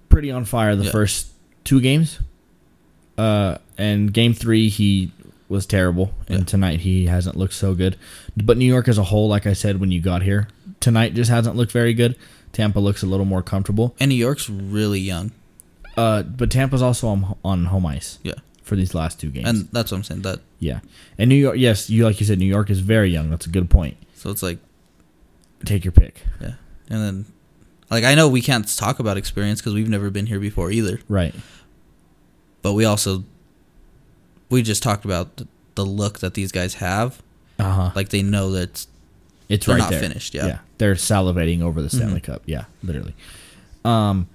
[SPEAKER 1] pretty on fire the
[SPEAKER 2] Yeah.
[SPEAKER 1] first two games. Uh, and game three, he was terrible. And
[SPEAKER 2] Yeah.
[SPEAKER 1] tonight, he hasn't looked so good. But New York as a whole, like I said when you got here, tonight just hasn't looked very good. Tampa looks a little more comfortable.
[SPEAKER 2] And New York's really young,
[SPEAKER 1] Uh, but Tampa's also on, on home ice
[SPEAKER 2] yeah,
[SPEAKER 1] for these last two games.
[SPEAKER 2] and that's what I'm saying. That
[SPEAKER 1] yeah. And New York, yes, you like you said, New York is very young. That's a good point.
[SPEAKER 2] so it's like.
[SPEAKER 1] Take your pick.
[SPEAKER 2] Yeah. And then, like, I know we can't talk about experience because we've never been here before either.
[SPEAKER 1] Right.
[SPEAKER 2] But we also, we just talked about th- the look that these guys have.
[SPEAKER 1] Uh huh.
[SPEAKER 2] Like, they know that
[SPEAKER 1] It's
[SPEAKER 2] They're
[SPEAKER 1] right
[SPEAKER 2] not
[SPEAKER 1] there.
[SPEAKER 2] finished, yeah. Mm-hmm.
[SPEAKER 1] they're salivating over the Stanley Cup. Yeah, literally. Um,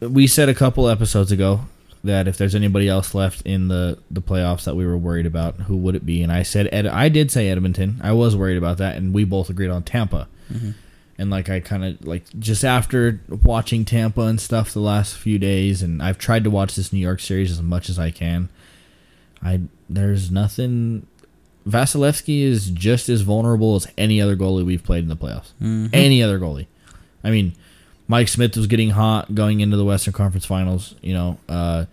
[SPEAKER 1] we said a couple episodes ago that if there's anybody else left in the the playoffs that we were worried about, who would it be? And I said Ed, I did say Edmonton. I was worried about that, and we both agreed on Tampa.
[SPEAKER 2] Mm-hmm.
[SPEAKER 1] And like I kind of like just after watching Tampa and stuff the last few days, and I've tried to watch this New York series as much as I can. I there's nothing. Vasilevsky is just as vulnerable as any other goalie we've played in the playoffs. Any other goalie. I mean, Mike Smith was getting hot going into the Western Conference Finals. You know, uh,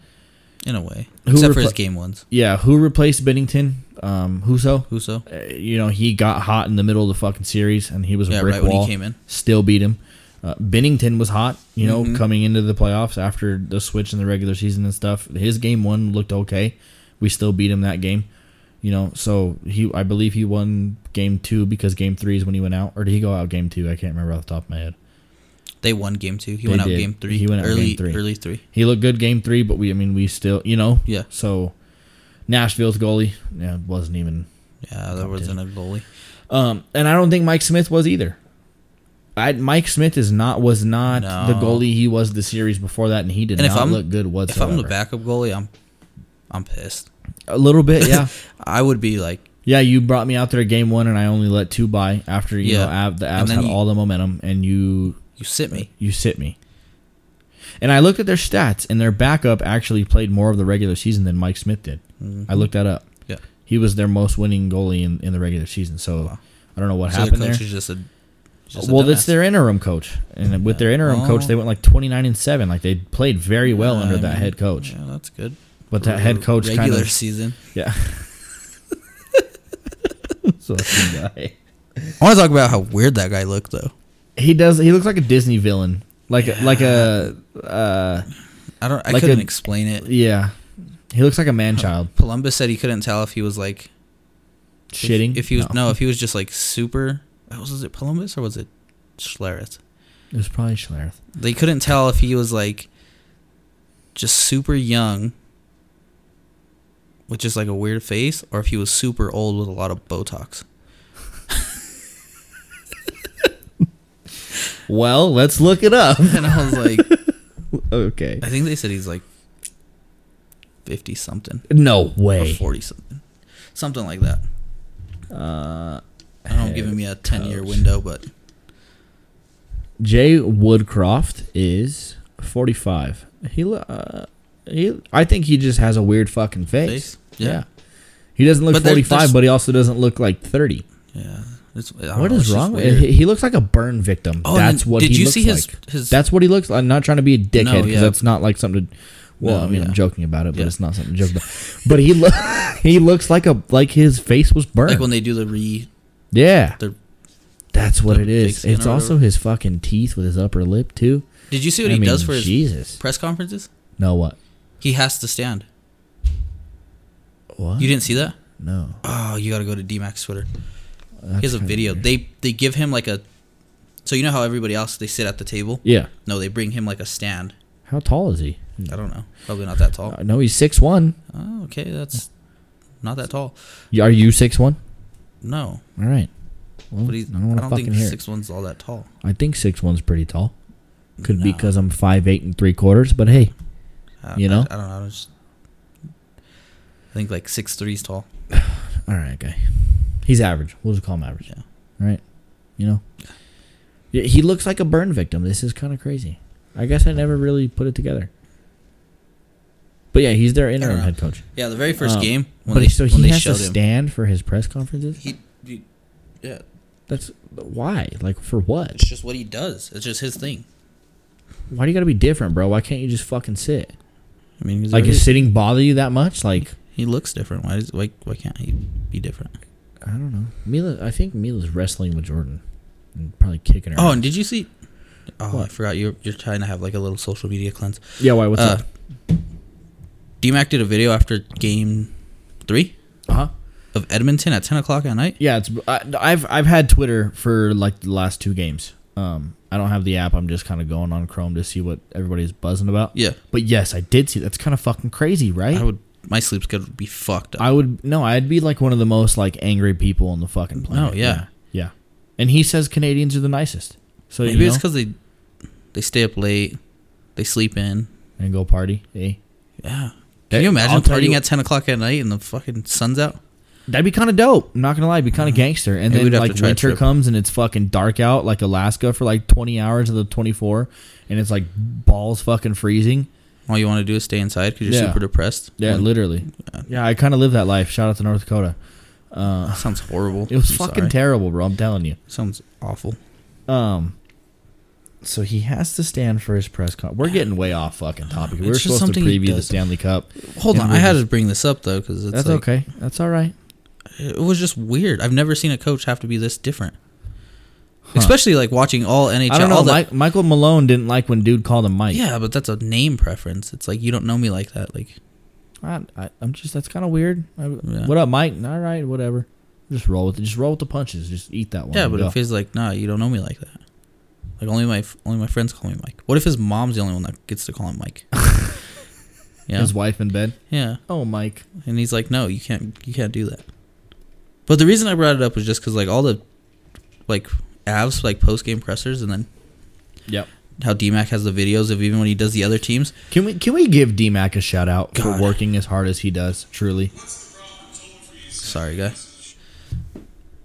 [SPEAKER 2] in a way.
[SPEAKER 1] Who
[SPEAKER 2] Except for his
[SPEAKER 1] repl-
[SPEAKER 2] game ones.
[SPEAKER 1] yeah. Who replaced Bennington? Um, Huso.
[SPEAKER 2] Huso.
[SPEAKER 1] Uh, you know, he got hot in the middle of the fucking series, and he was a
[SPEAKER 2] Yeah,
[SPEAKER 1] brick
[SPEAKER 2] right
[SPEAKER 1] wall.
[SPEAKER 2] when he came in.
[SPEAKER 1] Still beat him. Uh, Bennington was hot, you know,
[SPEAKER 2] Mhm.
[SPEAKER 1] coming into the playoffs after the switch in the regular season and stuff. His game one looked okay. We still beat him that game, you know. So he, I believe he won game two because game three is when he went out, or did he go out game two? I can't remember off the top of my head.
[SPEAKER 2] They won game two. He
[SPEAKER 1] They
[SPEAKER 2] went out
[SPEAKER 1] did.
[SPEAKER 2] game three.
[SPEAKER 1] He went out
[SPEAKER 2] early,
[SPEAKER 1] game three.
[SPEAKER 2] Early three.
[SPEAKER 1] He looked good game three, but we, I mean, we still, you know,
[SPEAKER 2] Yeah.
[SPEAKER 1] So Nashville's goalie, yeah, wasn't even
[SPEAKER 2] Yeah, that wasn't a goalie.
[SPEAKER 1] Um, and I don't think Mike Smith was either. I, Mike Smith is not was not
[SPEAKER 2] No.
[SPEAKER 1] the goalie he was the series before that, and he did
[SPEAKER 2] And if
[SPEAKER 1] not
[SPEAKER 2] I'm-
[SPEAKER 1] look good
[SPEAKER 2] If
[SPEAKER 1] whatsoever.
[SPEAKER 2] I'm the backup goalie, I'm, I'm pissed.
[SPEAKER 1] a little bit, yeah,
[SPEAKER 2] I would be like,
[SPEAKER 1] yeah. You brought me out there game one, and I only let two by after you
[SPEAKER 2] Yeah.
[SPEAKER 1] know Av, the
[SPEAKER 2] And
[SPEAKER 1] Avs
[SPEAKER 2] then
[SPEAKER 1] had
[SPEAKER 2] you-
[SPEAKER 1] all the momentum, and you
[SPEAKER 2] you sit me.
[SPEAKER 1] you sit me. And I looked at their stats, and their backup actually played more of the regular season than Mike Smith did. I looked that up.
[SPEAKER 2] Mm-hmm. Yeah.
[SPEAKER 1] he was their most winning goalie in, in the regular season. So
[SPEAKER 2] Wow.
[SPEAKER 1] I don't know what
[SPEAKER 2] So the
[SPEAKER 1] happened
[SPEAKER 2] coach
[SPEAKER 1] there.
[SPEAKER 2] is just a. just a
[SPEAKER 1] well, that's
[SPEAKER 2] dumbass. Oh.
[SPEAKER 1] their interim coach, and with their interim coach, they went like twenty nine and seven. Like they played very well
[SPEAKER 2] Yeah,
[SPEAKER 1] under
[SPEAKER 2] I
[SPEAKER 1] that
[SPEAKER 2] mean,
[SPEAKER 1] head coach,
[SPEAKER 2] Yeah, that's good.
[SPEAKER 1] but that head coach
[SPEAKER 2] regular
[SPEAKER 1] kind of
[SPEAKER 2] season.
[SPEAKER 1] yeah. so guy.
[SPEAKER 2] I want to talk about how weird that guy looked though.
[SPEAKER 1] He does. He looks like a Disney villain, like a like a uh,
[SPEAKER 2] I don't. I
[SPEAKER 1] Like
[SPEAKER 2] couldn't
[SPEAKER 1] a-
[SPEAKER 2] explain it.
[SPEAKER 1] yeah. He looks like a man child
[SPEAKER 2] Columbus said he couldn't tell if he was like if-
[SPEAKER 1] shitting.
[SPEAKER 2] If, he was no. if he was just like super. what Was it Columbus or was it Schlereth?
[SPEAKER 1] it was probably Schlereth.
[SPEAKER 2] They couldn't tell if he was like just super young with just like a weird face, or if he was super old with a lot of Botox.
[SPEAKER 1] Well, let's look it up.
[SPEAKER 2] And I was like,
[SPEAKER 1] okay.
[SPEAKER 2] I think they said he's like fifty something
[SPEAKER 1] No
[SPEAKER 2] or
[SPEAKER 1] way.
[SPEAKER 2] forty something, something like that.
[SPEAKER 1] Uh,
[SPEAKER 2] I don't give him a ten year
[SPEAKER 1] coach.
[SPEAKER 2] window, but
[SPEAKER 1] Jay Woodcroft is 45. He, lo- uh, he, I think he just has a weird fucking face.
[SPEAKER 2] Face? Yeah.
[SPEAKER 1] He doesn't look
[SPEAKER 2] But there-
[SPEAKER 1] 45,
[SPEAKER 2] there's-
[SPEAKER 1] but he also doesn't look like 30.
[SPEAKER 2] yeah, it's, I don't
[SPEAKER 1] What
[SPEAKER 2] know, it's
[SPEAKER 1] is
[SPEAKER 2] just
[SPEAKER 1] wrong? with-
[SPEAKER 2] weird.
[SPEAKER 1] He he looks like a burn victim.
[SPEAKER 2] Oh, and
[SPEAKER 1] that's
[SPEAKER 2] then
[SPEAKER 1] what
[SPEAKER 2] did
[SPEAKER 1] he
[SPEAKER 2] you
[SPEAKER 1] looks
[SPEAKER 2] see his
[SPEAKER 1] like.
[SPEAKER 2] his
[SPEAKER 1] That's what he looks like. I'm not trying to be a dickhead because
[SPEAKER 2] yeah.
[SPEAKER 1] that's not like something to. Well,
[SPEAKER 2] No,
[SPEAKER 1] I mean,
[SPEAKER 2] yeah.
[SPEAKER 1] I'm joking about it, but
[SPEAKER 2] Yeah.
[SPEAKER 1] it's not something to joke about. But he look, he looks like a like his face was burned.
[SPEAKER 2] like when they do the re
[SPEAKER 1] yeah,
[SPEAKER 2] the-
[SPEAKER 1] that's what
[SPEAKER 2] the
[SPEAKER 1] it
[SPEAKER 2] fake
[SPEAKER 1] is.
[SPEAKER 2] skin
[SPEAKER 1] It's
[SPEAKER 2] or
[SPEAKER 1] also
[SPEAKER 2] whatever.
[SPEAKER 1] his fucking teeth with his upper lip too.
[SPEAKER 2] Did you see what
[SPEAKER 1] I
[SPEAKER 2] he
[SPEAKER 1] mean,
[SPEAKER 2] does for his
[SPEAKER 1] Jesus.
[SPEAKER 2] press conferences?
[SPEAKER 1] No, what?
[SPEAKER 2] He has to stand.
[SPEAKER 1] What?
[SPEAKER 2] You didn't see that?
[SPEAKER 1] No.
[SPEAKER 2] Oh, you gotta go to DMAX Twitter.
[SPEAKER 1] That's
[SPEAKER 2] He has a
[SPEAKER 1] kinda
[SPEAKER 2] video.
[SPEAKER 1] weird.
[SPEAKER 2] They they give him like a. So you know how everybody else they sit at the table?
[SPEAKER 1] yeah.
[SPEAKER 2] No, they bring him like a stand.
[SPEAKER 1] How tall is he?
[SPEAKER 2] I don't know. Probably not that tall.
[SPEAKER 1] Uh, no, he's six one.
[SPEAKER 2] Oh, okay, that's not that tall.
[SPEAKER 1] Are you six one?
[SPEAKER 2] No,
[SPEAKER 1] All right. Well,
[SPEAKER 2] but he's.
[SPEAKER 1] I don't want to fucking
[SPEAKER 2] think
[SPEAKER 1] hear. it.
[SPEAKER 2] six one's all that tall.
[SPEAKER 1] I think six one's pretty tall. Could be
[SPEAKER 2] No.
[SPEAKER 1] because I'm five eight and three quarters. But hey,
[SPEAKER 2] I-
[SPEAKER 1] you know?
[SPEAKER 2] I, I don't know. I, just, I think like six three's tall.
[SPEAKER 1] all right, okay. He's average. We'll just call him average.
[SPEAKER 2] Yeah.
[SPEAKER 1] All right. You know. Yeah, He looks like a burn victim. This is kind of crazy. I guess I never really put it together. But yeah, he's their interim
[SPEAKER 2] know.
[SPEAKER 1] head coach.
[SPEAKER 2] Yeah, the very first
[SPEAKER 1] Um,
[SPEAKER 2] game when
[SPEAKER 1] But
[SPEAKER 2] they
[SPEAKER 1] he- so
[SPEAKER 2] when
[SPEAKER 1] he
[SPEAKER 2] they
[SPEAKER 1] has to
[SPEAKER 2] showed him,
[SPEAKER 1] stand for his press conferences.
[SPEAKER 2] he, he yeah,
[SPEAKER 1] That's why. Like for what?
[SPEAKER 2] it's just what he does. It's just his thing.
[SPEAKER 1] Why do you gotta be different, bro? Why can't you just fucking sit?
[SPEAKER 2] I mean,
[SPEAKER 1] Like, is sitting bother you that much? Like,
[SPEAKER 2] He looks different. Why does why why can't he be different?
[SPEAKER 1] I don't know. Mila, I think Mila's wrestling with Jordan and probably kicking her.
[SPEAKER 2] Oh,
[SPEAKER 1] ass.
[SPEAKER 2] and did you see? Oh, I
[SPEAKER 1] What?
[SPEAKER 2] forgot you're you're trying to have like a little social media cleanse.
[SPEAKER 1] yeah. Why? What's
[SPEAKER 2] uh,
[SPEAKER 1] up?
[SPEAKER 2] DMAC did a video after game three
[SPEAKER 1] Uh huh.
[SPEAKER 2] of Edmonton at ten o'clock at night.
[SPEAKER 1] Yeah, it's. I, I've I've had Twitter for like the last two games. Um, I don't have the app. I'm just kind of going on Chrome to see what everybody's buzzing about.
[SPEAKER 2] Yeah,
[SPEAKER 1] But yes, I did see. That's kind of fucking crazy, right?
[SPEAKER 2] I would. My sleep schedule would be fucked up.
[SPEAKER 1] I would no, I'd be like one of the most like angry people on the fucking planet.
[SPEAKER 2] Oh, yeah.
[SPEAKER 1] yeah. And he says Canadians are the nicest. So
[SPEAKER 2] Maybe
[SPEAKER 1] you
[SPEAKER 2] it's
[SPEAKER 1] know,
[SPEAKER 2] because they they stay up late, they sleep in.
[SPEAKER 1] and go party. Eh?
[SPEAKER 2] Yeah. Can
[SPEAKER 1] That-
[SPEAKER 2] you
[SPEAKER 1] I'll
[SPEAKER 2] imagine
[SPEAKER 1] tell
[SPEAKER 2] partying
[SPEAKER 1] you-
[SPEAKER 2] at ten o'clock at night and the fucking sun's out?
[SPEAKER 1] That'd be kind of dope. I'm not gonna lie, it'd be kind of gangster. And
[SPEAKER 2] Maybe
[SPEAKER 1] then
[SPEAKER 2] we'd have to
[SPEAKER 1] like
[SPEAKER 2] try a
[SPEAKER 1] winter
[SPEAKER 2] trip.
[SPEAKER 1] comes and it's fucking dark out, like Alaska for like 20 hours of the 24, and it's like balls fucking freezing.
[SPEAKER 2] All you want to do is stay inside because you're
[SPEAKER 1] Yeah.
[SPEAKER 2] super depressed.
[SPEAKER 1] Yeah,
[SPEAKER 2] Like,
[SPEAKER 1] literally. Yeah, I kind of live that life. Shout out to North Dakota. Uh,
[SPEAKER 2] that sounds horrible.
[SPEAKER 1] it was
[SPEAKER 2] I'm
[SPEAKER 1] fucking
[SPEAKER 2] sorry.
[SPEAKER 1] terrible, bro. I'm telling you.
[SPEAKER 2] Sounds awful.
[SPEAKER 1] Um, so he has to stand for his press con. We're getting way off fucking topic. We
[SPEAKER 2] It's
[SPEAKER 1] were
[SPEAKER 2] just
[SPEAKER 1] supposed to
[SPEAKER 2] something he
[SPEAKER 1] preview the
[SPEAKER 2] does.
[SPEAKER 1] Stanley Cup.
[SPEAKER 2] Hold
[SPEAKER 1] And
[SPEAKER 2] on,
[SPEAKER 1] we're
[SPEAKER 2] I had
[SPEAKER 1] just-
[SPEAKER 2] to bring this up though because it's
[SPEAKER 1] That's
[SPEAKER 2] like,
[SPEAKER 1] okay. That's all right.
[SPEAKER 2] It was just weird. I've never seen a coach have to be this different. Especially like watching all NHL.
[SPEAKER 1] I don't know.
[SPEAKER 2] all the-
[SPEAKER 1] Mike, Michael Malone didn't like when dude called him Mike.
[SPEAKER 2] yeah, but that's a name preference. It's like you don't know me like that. Like
[SPEAKER 1] I, I, I'm just that's kind of weird. I,
[SPEAKER 2] Yeah.
[SPEAKER 1] What up, Mike? All right, whatever. Just roll with it. Just roll with the punches. Just eat that one.
[SPEAKER 2] yeah,
[SPEAKER 1] and
[SPEAKER 2] but
[SPEAKER 1] go.
[SPEAKER 2] if he's like, nah, you don't know me like that. Like only my f- only my friends call me Mike. What if his mom's the only one that gets to call him Mike? yeah,
[SPEAKER 1] his wife in bed.
[SPEAKER 2] yeah.
[SPEAKER 1] Oh, Mike.
[SPEAKER 2] And he's like, no, you can't, you can't do that. But the reason I brought it up was just because like all the, like, Avs like post game pressers, and then
[SPEAKER 1] Yep.
[SPEAKER 2] how DMAC has the videos of even when he does the other teams.
[SPEAKER 1] Can we can we give D Mac a shout out
[SPEAKER 2] God.
[SPEAKER 1] for working as hard as he does? Truly,
[SPEAKER 2] Sorry, guy.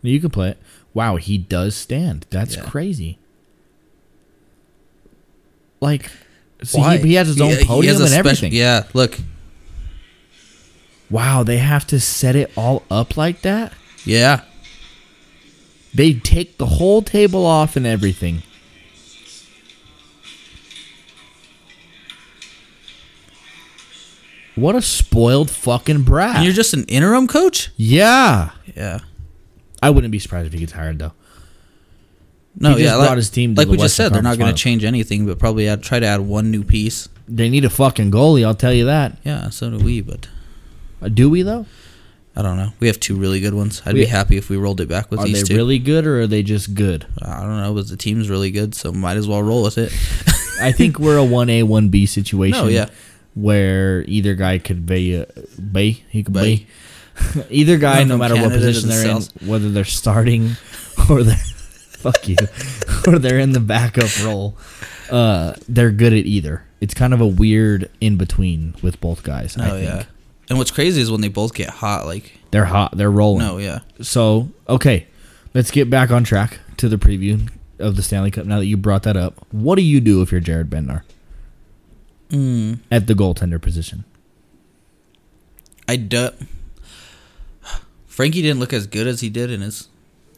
[SPEAKER 1] you can play it. Wow, he does stand. That's
[SPEAKER 2] Yeah.
[SPEAKER 1] crazy. Like, see,
[SPEAKER 2] Why?
[SPEAKER 1] he, he has his own
[SPEAKER 2] Yeah, he has
[SPEAKER 1] podium
[SPEAKER 2] a
[SPEAKER 1] and
[SPEAKER 2] spec-
[SPEAKER 1] everything.
[SPEAKER 2] Yeah, look.
[SPEAKER 1] Wow, they have to set it all up like that.
[SPEAKER 2] Yeah,
[SPEAKER 1] They take the whole table off and everything. What a spoiled fucking brat.
[SPEAKER 2] and you're just an interim coach.
[SPEAKER 1] yeah.
[SPEAKER 2] Yeah.
[SPEAKER 1] I wouldn't be surprised if he gets hired though.
[SPEAKER 2] No,
[SPEAKER 1] He
[SPEAKER 2] yeah,
[SPEAKER 1] just brought his team to
[SPEAKER 2] like
[SPEAKER 1] the
[SPEAKER 2] we just
[SPEAKER 1] Western
[SPEAKER 2] said, they're not
[SPEAKER 1] Conference
[SPEAKER 2] going to
[SPEAKER 1] Finals.
[SPEAKER 2] change anything, but probably add, try to add one new piece.
[SPEAKER 1] They need a fucking goalie, I'll tell you that.
[SPEAKER 2] Yeah, so do we, but
[SPEAKER 1] Uh, Do we though?
[SPEAKER 2] I don't know. We have two really good ones. I'd
[SPEAKER 1] We-
[SPEAKER 2] be happy if we rolled it back with
[SPEAKER 1] Are they
[SPEAKER 2] these two.
[SPEAKER 1] really good or are they just good?
[SPEAKER 2] I don't know, but the team's really good, so might as well roll with it.
[SPEAKER 1] I think we're a one A one B situation.
[SPEAKER 2] No, yeah.
[SPEAKER 1] where either guy could be, uh, be he could
[SPEAKER 2] Be.
[SPEAKER 1] be, either guy,
[SPEAKER 2] Going
[SPEAKER 1] no
[SPEAKER 2] from
[SPEAKER 1] matter what
[SPEAKER 2] Canada to
[SPEAKER 1] position
[SPEAKER 2] the
[SPEAKER 1] they're
[SPEAKER 2] South.
[SPEAKER 1] in, whether they're starting or they're fuck you, or they're in the backup role, uh, they're good at either. It's kind of a weird in between with both guys. I
[SPEAKER 2] No,
[SPEAKER 1] think
[SPEAKER 2] Oh, yeah. And what's crazy is when they both get hot, like
[SPEAKER 1] they're hot, they're rolling.
[SPEAKER 2] no, yeah.
[SPEAKER 1] So okay, let's get back on track to the preview of the Stanley Cup. Now that you brought that up, what do you do if you're Jared Bednar
[SPEAKER 2] Mm.
[SPEAKER 1] at the goaltender position?
[SPEAKER 2] I do. Frankie didn't look as good as he did in his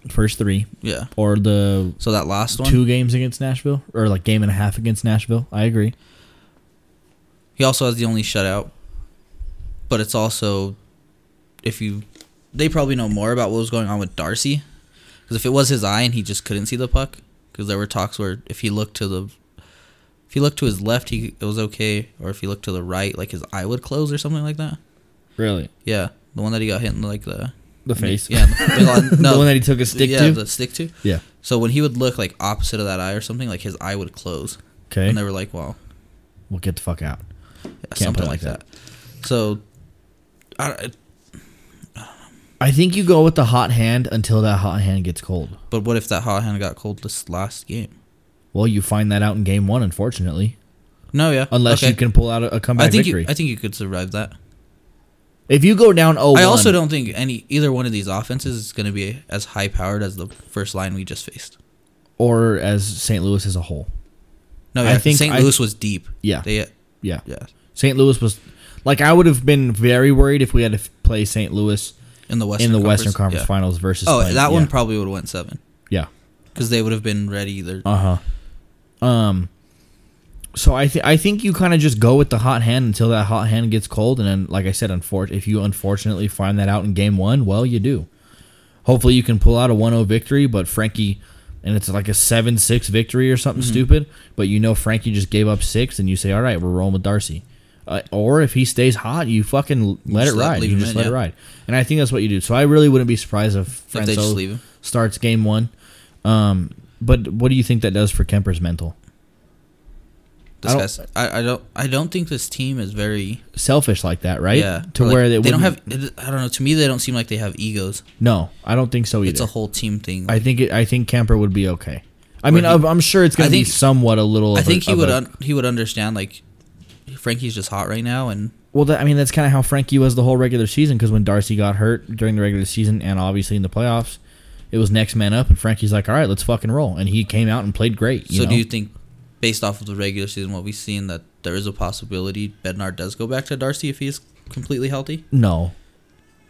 [SPEAKER 1] First three
[SPEAKER 2] yeah.
[SPEAKER 1] or the
[SPEAKER 2] So that last one,
[SPEAKER 1] two games against Nashville or like game and a half against Nashville. I agree.
[SPEAKER 2] he also has the only shutout. But it's also, if you, they probably know more about what was going on with Darcy, because if it was his eye and he just couldn't see the puck, because there were talks where if he looked to the, if he looked to his left, he it was okay, or if he looked to the right, like his eye would close or something like that.
[SPEAKER 1] Really,
[SPEAKER 2] Yeah, the one that he got hit in like the
[SPEAKER 1] the face.
[SPEAKER 2] Yeah, the, no,
[SPEAKER 1] the one that he took a stick
[SPEAKER 2] yeah,
[SPEAKER 1] to.
[SPEAKER 2] the stick to.
[SPEAKER 1] yeah.
[SPEAKER 2] So when he would look like opposite of that eye or something, like his eye would close,
[SPEAKER 1] Okay.
[SPEAKER 2] and they were like, "Wow,
[SPEAKER 1] We'll get the fuck out.
[SPEAKER 2] yeah,
[SPEAKER 1] Can't
[SPEAKER 2] something
[SPEAKER 1] play
[SPEAKER 2] like
[SPEAKER 1] like
[SPEAKER 2] that." So, I,
[SPEAKER 1] I think you go with the hot hand until that hot hand gets cold.
[SPEAKER 2] but what if that hot hand got cold this last game?
[SPEAKER 1] Well, you find that out in game one, unfortunately,
[SPEAKER 2] No, yeah,
[SPEAKER 1] unless
[SPEAKER 2] okay.
[SPEAKER 1] you can pull out a, a comeback
[SPEAKER 2] I think
[SPEAKER 1] victory.
[SPEAKER 2] you, I think you could survive that.
[SPEAKER 1] if you go down 0
[SPEAKER 2] I also don't think any either one of these offenses is going to be as high powered as the first line we just faced.
[SPEAKER 1] or as St. Louis as a whole.
[SPEAKER 2] No,
[SPEAKER 1] I
[SPEAKER 2] yeah,
[SPEAKER 1] think
[SPEAKER 2] St.
[SPEAKER 1] I-
[SPEAKER 2] Louis was deep.
[SPEAKER 1] Yeah.
[SPEAKER 2] They,
[SPEAKER 1] yeah.
[SPEAKER 2] yeah,
[SPEAKER 1] St. Louis was like I would have been very worried if we had to f- play St. Louis
[SPEAKER 2] in the Western
[SPEAKER 1] in the Western Conference
[SPEAKER 2] yeah.
[SPEAKER 1] Finals versus.
[SPEAKER 2] Oh,
[SPEAKER 1] like-
[SPEAKER 2] that
[SPEAKER 1] yeah.
[SPEAKER 2] one probably would have went seven
[SPEAKER 1] yeah.
[SPEAKER 2] because they would have been ready either.
[SPEAKER 1] Uh huh. Um. So I think I think you kind of just go with the hot hand until that hot hand gets cold, and then, like I said, unfor- if you unfortunately find that out in game one, well, you do. Hopefully, you can pull out a 1-0 victory, but Frankie, and it's like a seven six victory or something
[SPEAKER 2] Mm-hmm.
[SPEAKER 1] stupid. But you know Frankie just gave up six, and you say, all right, we're rolling with Darcy. Uh, or if he stays hot, you fucking let
[SPEAKER 2] just
[SPEAKER 1] it
[SPEAKER 2] let-
[SPEAKER 1] ride.
[SPEAKER 2] leave
[SPEAKER 1] You
[SPEAKER 2] him
[SPEAKER 1] just
[SPEAKER 2] in,
[SPEAKER 1] let it
[SPEAKER 2] yeah.
[SPEAKER 1] ride, and I think that's what you do. So I really wouldn't be surprised if
[SPEAKER 2] If they just
[SPEAKER 1] Franco
[SPEAKER 2] leave him.
[SPEAKER 1] starts game one. Um, but what do you think that does for Kemper's mental? I don't-
[SPEAKER 2] discuss. I don't, I, don't. I don't think this team is very.
[SPEAKER 1] Selfish like that, right?
[SPEAKER 2] Yeah.
[SPEAKER 1] To
[SPEAKER 2] like,
[SPEAKER 1] where they,
[SPEAKER 2] they don't have.
[SPEAKER 1] wouldn't-
[SPEAKER 2] it- I don't know. To me, they don't seem like they have egos.
[SPEAKER 1] No, I don't think so either.
[SPEAKER 2] It's a whole team thing.
[SPEAKER 1] I think it, I think Kemper would be okay. I mean,
[SPEAKER 2] he-
[SPEAKER 1] I'm I'm sure it's going
[SPEAKER 2] I
[SPEAKER 1] to be
[SPEAKER 2] think-
[SPEAKER 1] somewhat a little.
[SPEAKER 2] I
[SPEAKER 1] of a-
[SPEAKER 2] think he
[SPEAKER 1] of
[SPEAKER 2] would.
[SPEAKER 1] a-
[SPEAKER 2] Un, he would understand. Like, Frankie's just hot right now, and
[SPEAKER 1] well, that, I mean, that's kind of how Frankie was the whole regular season because when Darcy got hurt during the regular season and obviously in the playoffs, it was next man up, and Frankie's like, "All right, let's fucking roll," and he came out and played great. You
[SPEAKER 2] so
[SPEAKER 1] know?
[SPEAKER 2] do you think, based off of the regular season, what we've seen, that there is a possibility Bednar does go back to Darcy if he is completely healthy?
[SPEAKER 1] No.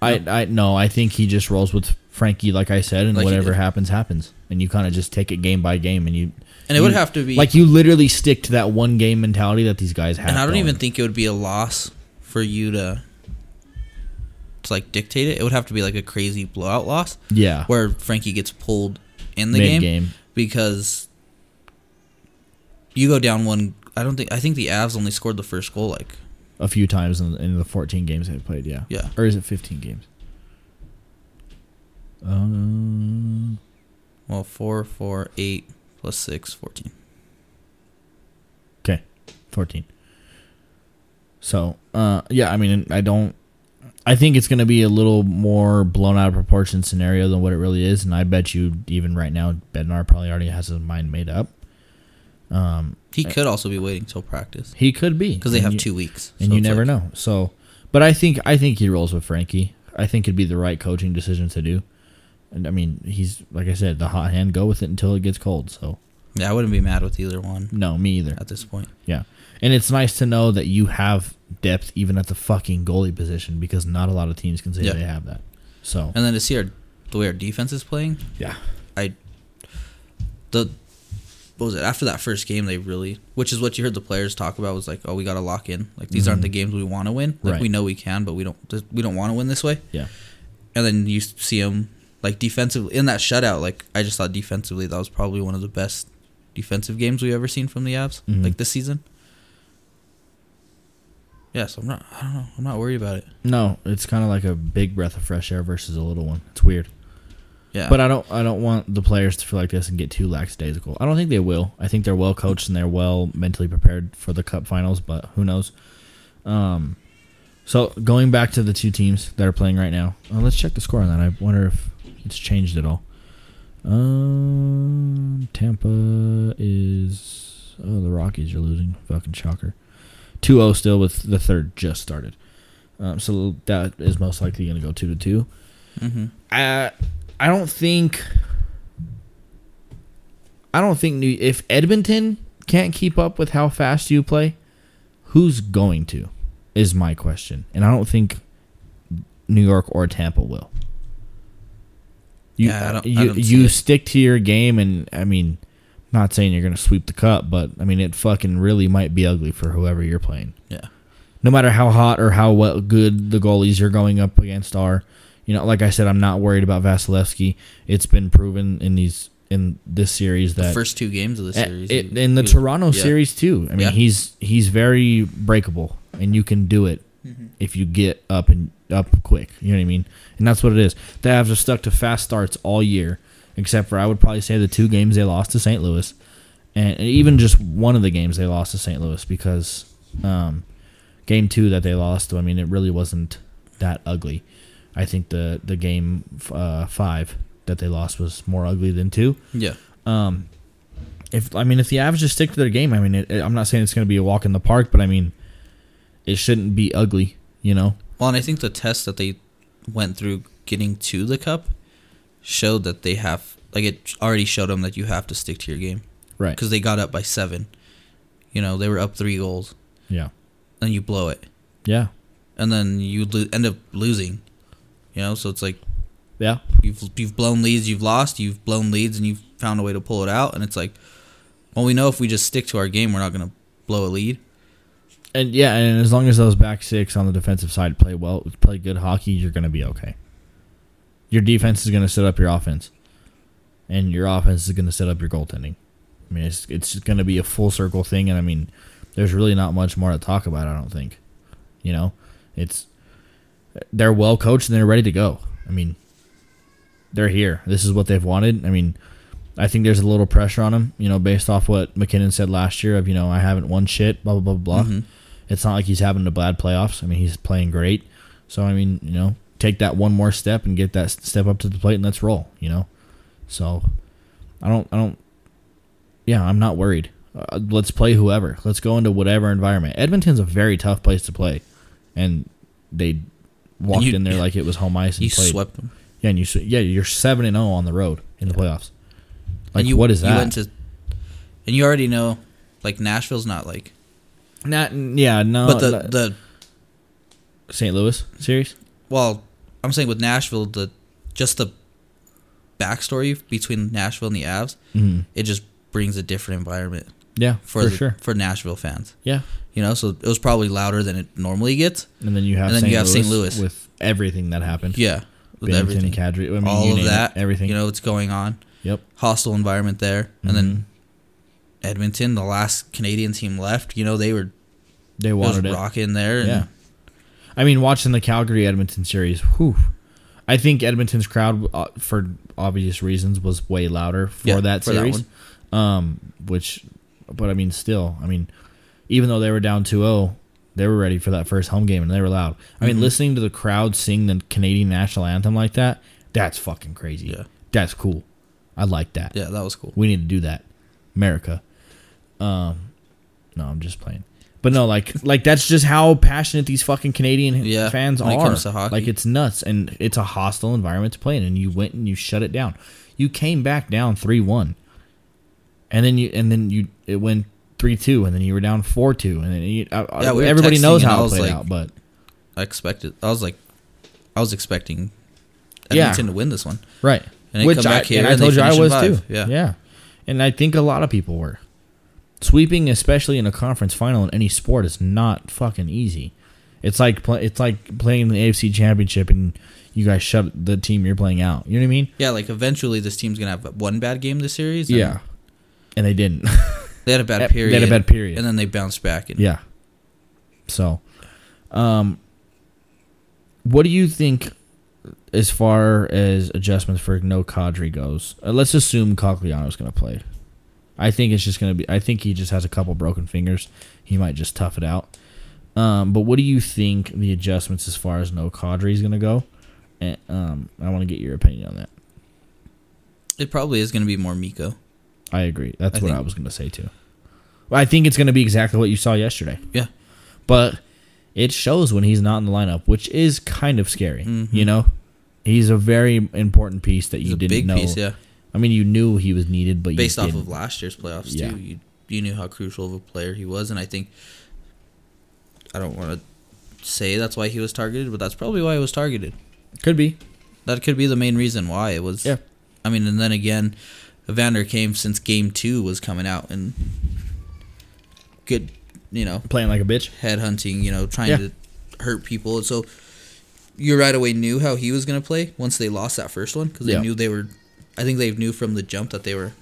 [SPEAKER 1] I, I no, I think he just rolls with Frankie, like I said, and
[SPEAKER 2] Like he
[SPEAKER 1] whatever
[SPEAKER 2] did.
[SPEAKER 1] happens, happens. And you kind of just take it game by game, and you
[SPEAKER 2] And it would
[SPEAKER 1] you-
[SPEAKER 2] have to be.
[SPEAKER 1] like you literally stick to that one game mentality that these guys have.
[SPEAKER 2] and I don't
[SPEAKER 1] going.
[SPEAKER 2] even think it would be a loss for you to. To like dictate it, it would have to be like a crazy blowout loss
[SPEAKER 1] yeah
[SPEAKER 2] where Frankie gets pulled in the
[SPEAKER 1] mid
[SPEAKER 2] game.
[SPEAKER 1] game.
[SPEAKER 2] because you go down one. I don't think I think the Avs only scored the first goal. Like
[SPEAKER 1] a few times in, in the 14 games they've played. Yeah.
[SPEAKER 2] yeah,
[SPEAKER 1] Or is it 15 games? Um,
[SPEAKER 2] well four, four, eight plus six, fourteen.
[SPEAKER 1] 14. So, uh, yeah, I mean, I don't. I think it's going to be a little more blown out of proportion scenario than what it really is, and I bet you even right now, Bednar probably already has his mind made up. Um,
[SPEAKER 2] He could also be waiting till practice
[SPEAKER 1] he could be
[SPEAKER 2] because they
[SPEAKER 1] And
[SPEAKER 2] have
[SPEAKER 1] you-
[SPEAKER 2] two weeks.
[SPEAKER 1] and
[SPEAKER 2] So
[SPEAKER 1] you
[SPEAKER 2] it's
[SPEAKER 1] never
[SPEAKER 2] like-
[SPEAKER 1] know. So, but I think I think he rolls with Frankie. I think it'd be the right coaching decision to do. And I mean, he's like I said, the hot hand. Go with it until it gets cold. So
[SPEAKER 2] Yeah, I wouldn't be mad with either one
[SPEAKER 1] no, me either.
[SPEAKER 2] at this point.
[SPEAKER 1] Yeah, and it's nice to know that you have depth even at the fucking goalie position because not a lot of teams can say
[SPEAKER 2] Yeah.
[SPEAKER 1] they have that. So
[SPEAKER 2] And then to see our the way our defense is playing,
[SPEAKER 1] yeah,
[SPEAKER 2] I the what was it after that first game they really which is what you heard the players talk about was like oh we got to lock in like these aren't the games we want to win like
[SPEAKER 1] Mm-hmm. Right.
[SPEAKER 2] we know we can but we don't we don't want to win this way
[SPEAKER 1] yeah,
[SPEAKER 2] and then you see them like defensively in that shutout like I just thought defensively that was probably one of the best defensive games we've ever seen from the Avs
[SPEAKER 1] Mhm.
[SPEAKER 2] like this season yeah so I'm not I don't know I'm not worried about it
[SPEAKER 1] no, it's kind of like a big breath of fresh air versus a little one. It's weird.
[SPEAKER 2] yeah
[SPEAKER 1] But I don't I don't want the players to feel like this and get too lackadaisical. I don't think they will. I think they're well coached and they're well mentally prepared for the cup finals, but who knows? Um so going back to the two teams that are playing right now. Uh, let's check the score on that. I wonder if it's changed at all. Um Tampa is oh the Rockies are losing. Fucking shocker. 2-0 still with the third just started. Um, so that is most likely going to go 2 to 2.
[SPEAKER 2] mm-hmm.
[SPEAKER 1] I I don't think I don't think New, if Edmonton can't keep up with how fast you play, who's going to? Is my question, and I don't think New York or Tampa will. You
[SPEAKER 2] Yeah, I don't- I
[SPEAKER 1] you,
[SPEAKER 2] don't see
[SPEAKER 1] you
[SPEAKER 2] it.
[SPEAKER 1] stick to your game, and I mean, not saying you're gonna sweep the cup, but I mean it fucking really might be ugly for whoever you're playing
[SPEAKER 2] yeah
[SPEAKER 1] no matter how hot or how well good the goalies you're going up against are. You know, like I said, I'm not worried about Vasilevsky. It's been proven in these in this series
[SPEAKER 2] the
[SPEAKER 1] that
[SPEAKER 2] first two games of the
[SPEAKER 1] A-
[SPEAKER 2] series
[SPEAKER 1] it-
[SPEAKER 2] he-
[SPEAKER 1] in the
[SPEAKER 2] he was-
[SPEAKER 1] Toronto
[SPEAKER 2] yeah.
[SPEAKER 1] series too. I mean,
[SPEAKER 2] Yeah.
[SPEAKER 1] he's he's very breakable, and you can do it if you get up and up quick. You know what I mean? And that's what it is. The Avs have stuck to fast starts all year, except for I would probably say the two games they lost to St. Louis, and, and even just one of the games they lost to St. Louis because um, game two that they lost. I mean, it really wasn't that ugly. I think the the game uh, five that they lost was more ugly than two.
[SPEAKER 2] yeah
[SPEAKER 1] Um, if I mean, if the Avs just stick to their game, I mean, it, it- I'm not saying it's going to be a walk in the park, but I mean, it shouldn't be ugly, you know.
[SPEAKER 2] Well, and I think the test that they went through getting to the cup showed that they have, like, it already showed them that you have to stick to your game
[SPEAKER 1] Right.
[SPEAKER 2] because they got up by seven. You know, they were up three goals,
[SPEAKER 1] Yeah.
[SPEAKER 2] and you blow it,
[SPEAKER 1] Yeah.
[SPEAKER 2] and then you lo- end up losing. You know, so it's like
[SPEAKER 1] Yeah.
[SPEAKER 2] you've you've blown leads, you've lost, you've blown leads, and you've found a way to pull it out, and it's like, well, we know if we just stick to our game, we're not gonna blow a lead.
[SPEAKER 1] And yeah, and as long as those back six on the defensive side play well, play good hockey, you're going to be okay. Your defense is going to set up your offense, and your offense is going to set up your goaltending. I mean, it's it's going to be a full circle thing, and I mean, there's really not much more to talk about. I don't think, you know, it's they're well coached and they're ready to go. I mean, they're here. This is what they've wanted. I mean, I think there's a little pressure on them, you know, based off what McKinnon said last year of you know I haven't won shit, blah blah blah blah.
[SPEAKER 2] Mhm.
[SPEAKER 1] It's not like he's having a bad playoffs. I mean, he's playing great. So I mean, you know, take that one more step and get that s- step up to the plate and let's roll. You know, so I don't, I don't, yeah, I'm not worried. Uh, let's play whoever. Let's go into whatever environment. Edmonton's a very tough place to play, and they walked
[SPEAKER 2] you-
[SPEAKER 1] in there like it was home ice and
[SPEAKER 2] You
[SPEAKER 1] played.
[SPEAKER 2] swept them.
[SPEAKER 1] Yeah, and you, sw- yeah, you're seven and zero on the road in the playoffs. Like
[SPEAKER 2] and you,
[SPEAKER 1] what is that?
[SPEAKER 2] You went to, and you already know, like Nashville's not like,
[SPEAKER 1] not, yeah, no,
[SPEAKER 2] but the the
[SPEAKER 1] St. Louis series.
[SPEAKER 2] well, I'm saying with Nashville, the just the backstory between Nashville and the Avs,
[SPEAKER 1] hmm
[SPEAKER 2] it just brings a different environment
[SPEAKER 1] Yeah,
[SPEAKER 2] for
[SPEAKER 1] for
[SPEAKER 2] the-
[SPEAKER 1] sure.
[SPEAKER 2] for Nashville fans.
[SPEAKER 1] Yeah,
[SPEAKER 2] You know, so it was probably louder than it normally gets.
[SPEAKER 1] And then you have
[SPEAKER 2] And then
[SPEAKER 1] St.
[SPEAKER 2] you have
[SPEAKER 1] Louis
[SPEAKER 2] St. Louis.
[SPEAKER 1] with everything that happened.
[SPEAKER 2] Yeah, with
[SPEAKER 1] Bennington,
[SPEAKER 2] everything,
[SPEAKER 1] Kadri, I mean,
[SPEAKER 2] all
[SPEAKER 1] you
[SPEAKER 2] of
[SPEAKER 1] name it,
[SPEAKER 2] that,
[SPEAKER 1] everything.
[SPEAKER 2] You know, what's going on,
[SPEAKER 1] Yep.
[SPEAKER 2] hostile environment there. And
[SPEAKER 1] Mm-hmm.
[SPEAKER 2] then Edmonton, the last Canadian team left, you know, they were
[SPEAKER 1] They
[SPEAKER 2] just
[SPEAKER 1] wanted it.
[SPEAKER 2] rocking there. And
[SPEAKER 1] Yeah. I mean, watching the Calgary Edmonton series, whew. I think Edmonton's crowd, uh, for obvious reasons, was way louder for
[SPEAKER 2] Yeah,
[SPEAKER 1] that
[SPEAKER 2] for that
[SPEAKER 1] series. um, which, but I mean, still, I mean, even though they were down 2 0, they were ready for that first home game and they were loud. I mean,
[SPEAKER 2] Mhm.
[SPEAKER 1] listening to the crowd sing the Canadian national anthem like that, that's fucking crazy.
[SPEAKER 2] Yeah.
[SPEAKER 1] That's cool. I like that.
[SPEAKER 2] Yeah, that was cool.
[SPEAKER 1] We need to do that, America. Um, no, I'm just playing. But no, like, like that's just how passionate these fucking Canadian
[SPEAKER 2] Yeah,
[SPEAKER 1] fans
[SPEAKER 2] when it
[SPEAKER 1] are.
[SPEAKER 2] comes to hockey.
[SPEAKER 1] Like, it's nuts, and it's a hostile environment to play in. And you went and you shut it down. You came back down three one, and then you and then you it went three two, and then you were down four two, and then you, I-
[SPEAKER 2] Yeah, we were
[SPEAKER 1] everybody
[SPEAKER 2] texting
[SPEAKER 1] knows
[SPEAKER 2] and I
[SPEAKER 1] how it
[SPEAKER 2] was
[SPEAKER 1] played
[SPEAKER 2] like-
[SPEAKER 1] out. But
[SPEAKER 2] I expected. I was like, I was expecting
[SPEAKER 1] Yeah.
[SPEAKER 2] Edmonton to win this one.
[SPEAKER 1] right,
[SPEAKER 2] And they
[SPEAKER 1] which
[SPEAKER 2] come
[SPEAKER 1] I
[SPEAKER 2] back here
[SPEAKER 1] and I
[SPEAKER 2] and they
[SPEAKER 1] told you I
[SPEAKER 2] finish in
[SPEAKER 1] was
[SPEAKER 2] five.
[SPEAKER 1] too.
[SPEAKER 2] Yeah.
[SPEAKER 1] yeah, and I think a lot of people were sweeping, especially in a conference final in any sport, is not fucking easy. It's like play, it's like playing in the AFC Championship and you guys shut the team you're playing out. You know what I mean?
[SPEAKER 2] Yeah, like eventually this team's gonna have one bad game this series. and
[SPEAKER 1] and they didn't.
[SPEAKER 2] they had a bad
[SPEAKER 1] They had a
[SPEAKER 2] period.
[SPEAKER 1] bad period.
[SPEAKER 2] and then they bounced back. And
[SPEAKER 1] Yeah. So, um, what do you think as far as adjustments for no Kadri goes? Uh, let's assume Cogliano's going to play. I think it's just going to be. I think he just has a couple broken fingers. He might just tough it out. Um, but what do you think the adjustments as far as no Kadri is going to go? And, um, I want to get your opinion on that.
[SPEAKER 2] it probably is gonna be more Miko.
[SPEAKER 1] I agree. That's
[SPEAKER 2] I
[SPEAKER 1] what
[SPEAKER 2] think-
[SPEAKER 1] I was going to say too. Well, I think it's going to be exactly what you saw yesterday.
[SPEAKER 2] Yeah.
[SPEAKER 1] but it shows when he's not in the lineup, which is kind of scary.
[SPEAKER 2] Mhm.
[SPEAKER 1] You know, he's a very important piece that
[SPEAKER 2] It's
[SPEAKER 1] you
[SPEAKER 2] a
[SPEAKER 1] didn't
[SPEAKER 2] big
[SPEAKER 1] know.
[SPEAKER 2] piece. Yeah,
[SPEAKER 1] I mean, you knew he was needed, but
[SPEAKER 2] based
[SPEAKER 1] you
[SPEAKER 2] off
[SPEAKER 1] didn't.
[SPEAKER 2] of last year's playoffs
[SPEAKER 1] Yeah.
[SPEAKER 2] too. You you knew how crucial of a player he was, and I think I don't want to say that's why he was targeted, but that's probably why he was targeted.
[SPEAKER 1] could be
[SPEAKER 2] That could be the main reason why it was.
[SPEAKER 1] Yeah.
[SPEAKER 2] I mean, and then again, Evander came since game two was coming out and good, you know,
[SPEAKER 1] playing like a bitch.
[SPEAKER 2] head hunting, you know, trying
[SPEAKER 1] Yeah.
[SPEAKER 2] to hurt people. And so you right away knew how he was going to play once they lost that first one because they
[SPEAKER 1] Yeah.
[SPEAKER 2] knew they were, I think they knew from the jump that they were,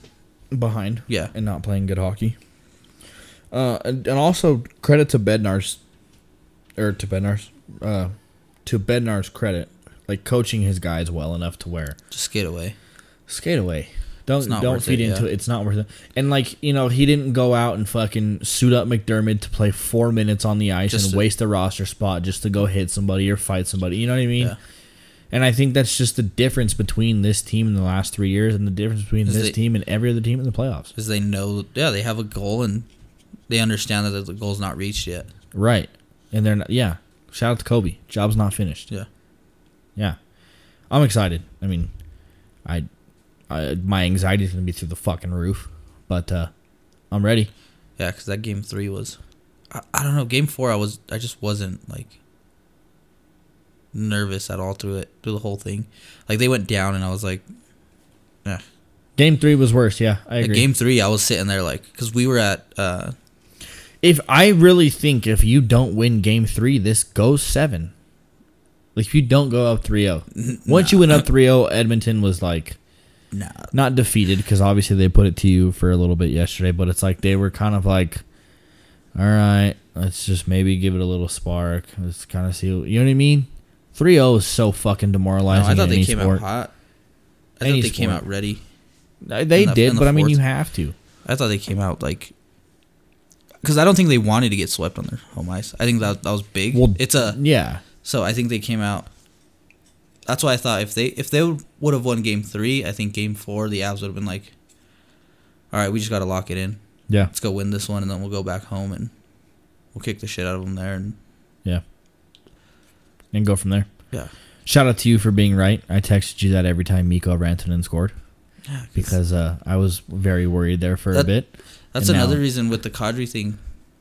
[SPEAKER 1] behind.
[SPEAKER 2] Yeah.
[SPEAKER 1] And not playing good hockey. Uh, and, and also credit to Bednar's, or to Bednar's, uh, to Bednar's credit, like coaching his guys well enough to where
[SPEAKER 2] just skate away.
[SPEAKER 1] skate away. Don't
[SPEAKER 2] not
[SPEAKER 1] don't
[SPEAKER 2] worth
[SPEAKER 1] feed
[SPEAKER 2] it,
[SPEAKER 1] into
[SPEAKER 2] yeah.
[SPEAKER 1] it. It's not worth it. And like you know, he didn't go out and fucking suit up McDermott to play four minutes on the ice
[SPEAKER 2] Just
[SPEAKER 1] and
[SPEAKER 2] to-
[SPEAKER 1] waste a roster spot just to go hit somebody or fight somebody. You know what I mean?
[SPEAKER 2] Yeah.
[SPEAKER 1] And I think that's just the difference between this team in the last three years and the difference between
[SPEAKER 2] Is
[SPEAKER 1] this
[SPEAKER 2] they-
[SPEAKER 1] team and every other team in the playoffs.
[SPEAKER 2] Because they know, yeah, they have a goal and they understand that the goal's not reached yet.
[SPEAKER 1] Right. And they're not, yeah. Shout out to Kobe. Job's not finished.
[SPEAKER 2] Yeah.
[SPEAKER 1] Yeah. I'm excited. I mean, I, I my anxiety's gonna be through the fucking roof, but uh I'm ready.
[SPEAKER 2] Yeah, because that game three was, I, I don't know, game four, I was, I just wasn't like nervous at all through it, through the whole thing. Like they went down and I was like, yeah.
[SPEAKER 1] Game three was worse. Yeah, I
[SPEAKER 2] At
[SPEAKER 1] agree.
[SPEAKER 2] game three, I was sitting there like, because we were at, uh,
[SPEAKER 1] if I really think if you don't win game three, this goes seven. Like if you don't go up 3-0. Once you went up 3-0, Edmonton was like
[SPEAKER 2] nah,
[SPEAKER 1] not defeated because obviously they put it to you for a little bit yesterday, but it's like they were kind of like, all right, let's just maybe give it a little spark. Let's kind of see. what-" You know what I mean? 3 0 is so fucking
[SPEAKER 2] no,
[SPEAKER 1] demoralizing.
[SPEAKER 2] I thought
[SPEAKER 1] in
[SPEAKER 2] they
[SPEAKER 1] any
[SPEAKER 2] came
[SPEAKER 1] sport.
[SPEAKER 2] out hot. I
[SPEAKER 1] Any
[SPEAKER 2] thought they came
[SPEAKER 1] sport.
[SPEAKER 2] out ready.
[SPEAKER 1] Uh, They
[SPEAKER 2] in the-
[SPEAKER 1] did,
[SPEAKER 2] in the
[SPEAKER 1] but I mean,
[SPEAKER 2] fourth.
[SPEAKER 1] you have to.
[SPEAKER 2] I thought they came out like, because I don't think they wanted to get swept on their home ice. I think that that was big.
[SPEAKER 1] Well,
[SPEAKER 2] it's a
[SPEAKER 1] Yeah.
[SPEAKER 2] So I think they came out. That's why I thought if they if they would have won game three, I think game four the Avs would have been like, all right, we just got to lock it in.
[SPEAKER 1] Yeah.
[SPEAKER 2] Let's go win this one, and then we'll go back home and we'll kick the shit out of them there. And
[SPEAKER 1] Yeah. And go from there.
[SPEAKER 2] yeah,
[SPEAKER 1] Shout out to you for being right. I texted you that every time Miko Rantanen scored
[SPEAKER 2] yeah 'cause
[SPEAKER 1] because uh, I was very worried there for a
[SPEAKER 2] That-
[SPEAKER 1] bit.
[SPEAKER 2] that's
[SPEAKER 1] and now-
[SPEAKER 2] another reason with the Kadri thing.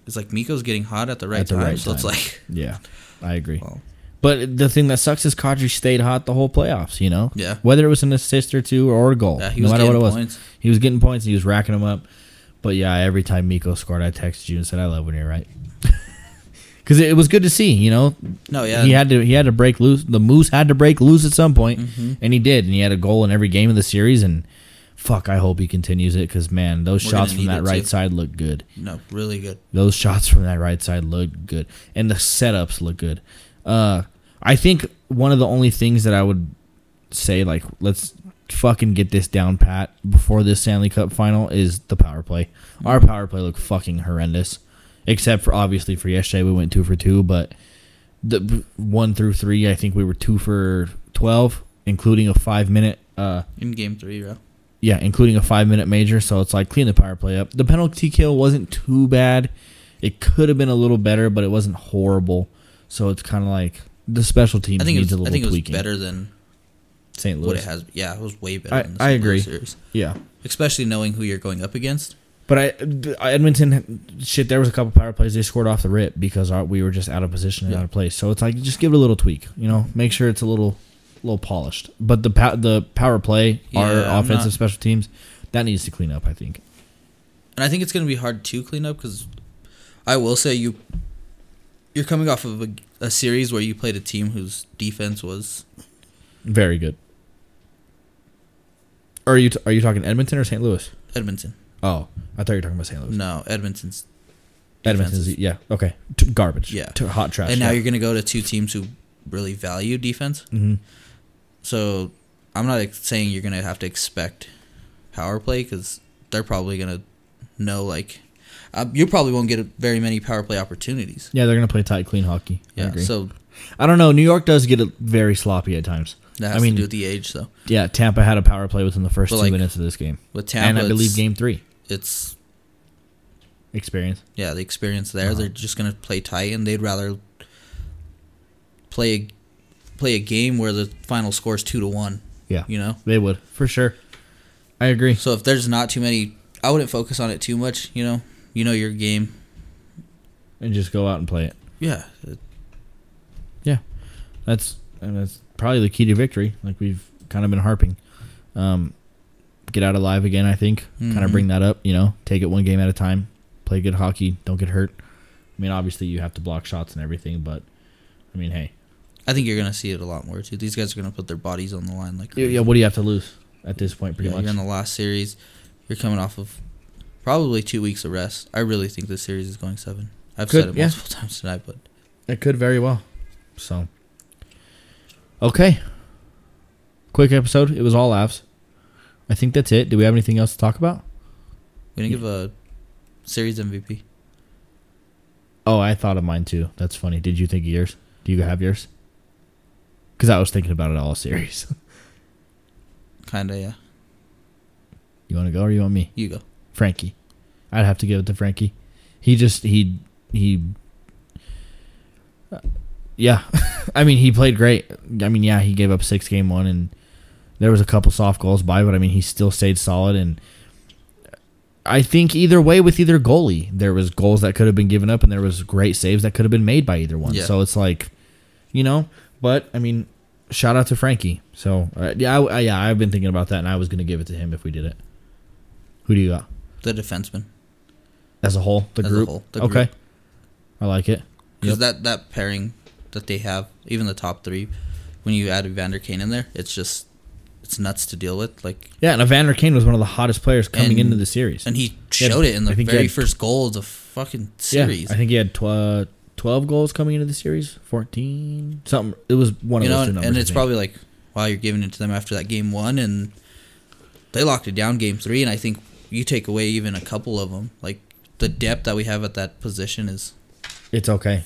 [SPEAKER 2] It's like Miko's getting hot at the right
[SPEAKER 1] At the
[SPEAKER 2] time,
[SPEAKER 1] right
[SPEAKER 2] so it's
[SPEAKER 1] time.
[SPEAKER 2] like,
[SPEAKER 1] Yeah, I agree.
[SPEAKER 2] well,
[SPEAKER 1] But the thing that sucks is Kadri stayed hot the whole playoffs. You know,
[SPEAKER 2] Yeah.
[SPEAKER 1] Whether it was an assist or two or a goal,
[SPEAKER 2] yeah, he
[SPEAKER 1] no
[SPEAKER 2] was
[SPEAKER 1] matter
[SPEAKER 2] getting
[SPEAKER 1] what it was,
[SPEAKER 2] points.
[SPEAKER 1] he was getting points. He was racking them up. But yeah, every time Miko scored, I texted you and said, "I love when you're right," because it was good to see. You know,
[SPEAKER 2] No, Oh, yeah,
[SPEAKER 1] he had to he had to break
[SPEAKER 2] Mm-hmm.
[SPEAKER 1] loose. The moose had to break loose at some point, and he did. And he had a goal in every game of the series. And fuck, I hope he continues it because man, those
[SPEAKER 2] We're
[SPEAKER 1] shots
[SPEAKER 2] gonna
[SPEAKER 1] from
[SPEAKER 2] need
[SPEAKER 1] that
[SPEAKER 2] it,
[SPEAKER 1] right
[SPEAKER 2] too.
[SPEAKER 1] side look good.
[SPEAKER 2] No, really good.
[SPEAKER 1] Those shots from that right side look good, and the setups look good. Uh, I think one of the only things that I would say, like, let's fucking get this down pat before this Stanley Cup final is the power play. Our power play looked fucking horrendous, except for obviously for yesterday we went two for two, but the one through three, I think we were two for twelve, including a five minute. Uh,
[SPEAKER 2] In game three, bro.
[SPEAKER 1] yeah, including a five minute major. So it's like clean the power play up. The penalty kill wasn't too bad. It could have been a little better, but it wasn't horrible. So it's kind of like the special teams
[SPEAKER 2] I think it
[SPEAKER 1] needs
[SPEAKER 2] was,
[SPEAKER 1] a
[SPEAKER 2] I
[SPEAKER 1] little
[SPEAKER 2] think it was
[SPEAKER 1] tweaking.
[SPEAKER 2] better than
[SPEAKER 1] St.
[SPEAKER 2] what it
[SPEAKER 1] Louis,
[SPEAKER 2] has. Yeah, it was way better.
[SPEAKER 1] I-
[SPEAKER 2] than the
[SPEAKER 1] I
[SPEAKER 2] St.
[SPEAKER 1] agree.
[SPEAKER 2] Louis Series.
[SPEAKER 1] yeah.
[SPEAKER 2] especially knowing who you're going up against.
[SPEAKER 1] But I th- Edmonton shit. There was a couple power plays they scored off the rip because our, we were just out of position and
[SPEAKER 2] Yeah.
[SPEAKER 1] out of place. So it's like just give it a little tweak. You know, make sure it's a little, little polished. But the pow- the power play,
[SPEAKER 2] Yeah,
[SPEAKER 1] our
[SPEAKER 2] I'm
[SPEAKER 1] offensive
[SPEAKER 2] not-
[SPEAKER 1] special teams, that needs to clean up. I think.
[SPEAKER 2] And I think it's going to be hard to clean up because I will say you you're coming off of a, a series where you played a team whose defense was
[SPEAKER 1] Very good. Are you t- are you talking Edmonton or St. Louis?
[SPEAKER 2] Edmonton.
[SPEAKER 1] Oh, I thought you were talking about St. Louis.
[SPEAKER 2] No, Edmonton's.
[SPEAKER 1] Edmonton's e,
[SPEAKER 2] defenses.
[SPEAKER 1] yeah okay T- garbage
[SPEAKER 2] Yeah.
[SPEAKER 1] T- hot trash.
[SPEAKER 2] And now you're going to go to two teams who really value defense.
[SPEAKER 1] hmm
[SPEAKER 2] So I'm not ex- saying you're going to have to expect power play because they're probably going to know like uh, you probably won't get very many power play opportunities.
[SPEAKER 1] yeah they're gonna play tight clean hockey. I
[SPEAKER 2] Yeah.
[SPEAKER 1] agree.
[SPEAKER 2] So
[SPEAKER 1] I don't know. New York does get a, very sloppy at times.
[SPEAKER 2] that
[SPEAKER 1] I
[SPEAKER 2] has
[SPEAKER 1] mean-
[SPEAKER 2] to do with the age though.
[SPEAKER 1] Yeah, Tampa had a power play within the first two
[SPEAKER 2] But, like,
[SPEAKER 1] minutes of this game,
[SPEAKER 2] With Tampa,
[SPEAKER 1] and I believe
[SPEAKER 2] it's-
[SPEAKER 1] game three
[SPEAKER 2] it's
[SPEAKER 1] experience.
[SPEAKER 2] yeah, the experience there.
[SPEAKER 1] Uh-huh.
[SPEAKER 2] They're just gonna play tight, and they'd rather play a, play a game where the final score is two to one.
[SPEAKER 1] Yeah,
[SPEAKER 2] You know,
[SPEAKER 1] they would for sure. I agree.
[SPEAKER 2] so if there's not too many, I wouldn't focus on it too much. You know, you know your game.
[SPEAKER 1] And just go out and play it.
[SPEAKER 2] Yeah,
[SPEAKER 1] That's and that's probably the key to victory. Like we've kind of been harping. Um, get out alive again. I think kind of
[SPEAKER 2] Mhm.
[SPEAKER 1] bring that up. You know, take it one game at a time. Play good hockey. Don't get hurt. I mean, obviously you have to block shots and everything, but I mean, hey,
[SPEAKER 2] I think you're gonna see it a lot more too. These guys are gonna put their bodies on the line like
[SPEAKER 1] yeah. yeah, What do you have to lose at this point? Pretty
[SPEAKER 2] Yeah, You're in
[SPEAKER 1] much.
[SPEAKER 2] the last series. You're coming off of probably two weeks of rest. I really think this series is going seven. I've
[SPEAKER 1] Could-
[SPEAKER 2] said it
[SPEAKER 1] yeah.
[SPEAKER 2] multiple times tonight, but
[SPEAKER 1] It could very well. So, okay. Quick episode. It was all laughs. I think that's it. Do we have anything else to talk about?
[SPEAKER 2] we didn't give a series MVP.
[SPEAKER 1] Oh, I thought of mine too. That's funny. Did you think of yours? Do you have yours? Because I was thinking about it all series.
[SPEAKER 2] Kinda, yeah.
[SPEAKER 1] you want to go or you want me?
[SPEAKER 2] You go.
[SPEAKER 1] Frankie. I'd have to give it to Frankie. He just he he. uh, Yeah, I mean he played great. I mean yeah, he gave up six game one, and there was a couple soft goals by, but I mean he still stayed solid. And I think either way with either goalie, there was goals that could have been given up, and there was great saves that could have been made by either one.
[SPEAKER 2] Yeah.
[SPEAKER 1] So it's like, you know, but I mean, shout out to Frankie. So uh, yeah, I, I- yeah, I've been thinking about that, and I was gonna give it to him if we did it. Who do you got?
[SPEAKER 2] The defenseman.
[SPEAKER 1] As a whole, the
[SPEAKER 2] As a
[SPEAKER 1] group.
[SPEAKER 2] whole, the
[SPEAKER 1] okay.
[SPEAKER 2] group.
[SPEAKER 1] I like it.
[SPEAKER 2] Because
[SPEAKER 1] Yep.
[SPEAKER 2] that, that pairing that they have, even the top three, when you add Evander Kane in there, it's just it's nuts to deal with. Like,
[SPEAKER 1] Yeah, and Evander Kane was one of the hottest players coming
[SPEAKER 2] And-
[SPEAKER 1] into the series.
[SPEAKER 2] and he
[SPEAKER 1] Yeah,
[SPEAKER 2] showed it in the
[SPEAKER 1] I think he
[SPEAKER 2] very
[SPEAKER 1] had-
[SPEAKER 2] first goal of the fucking series.
[SPEAKER 1] Yeah, I think he had tw- uh, 12 goals coming into the series, 14, something. It was one
[SPEAKER 2] you
[SPEAKER 1] of
[SPEAKER 2] know,
[SPEAKER 1] those two
[SPEAKER 2] and,
[SPEAKER 1] numbers.
[SPEAKER 2] and
[SPEAKER 1] I
[SPEAKER 2] it's
[SPEAKER 1] think.
[SPEAKER 2] probably like, wow, you're giving it to them after that game one, and they locked it down game three. And I think you take away even a couple of them, like the depth that we have at that position is
[SPEAKER 1] It's okay.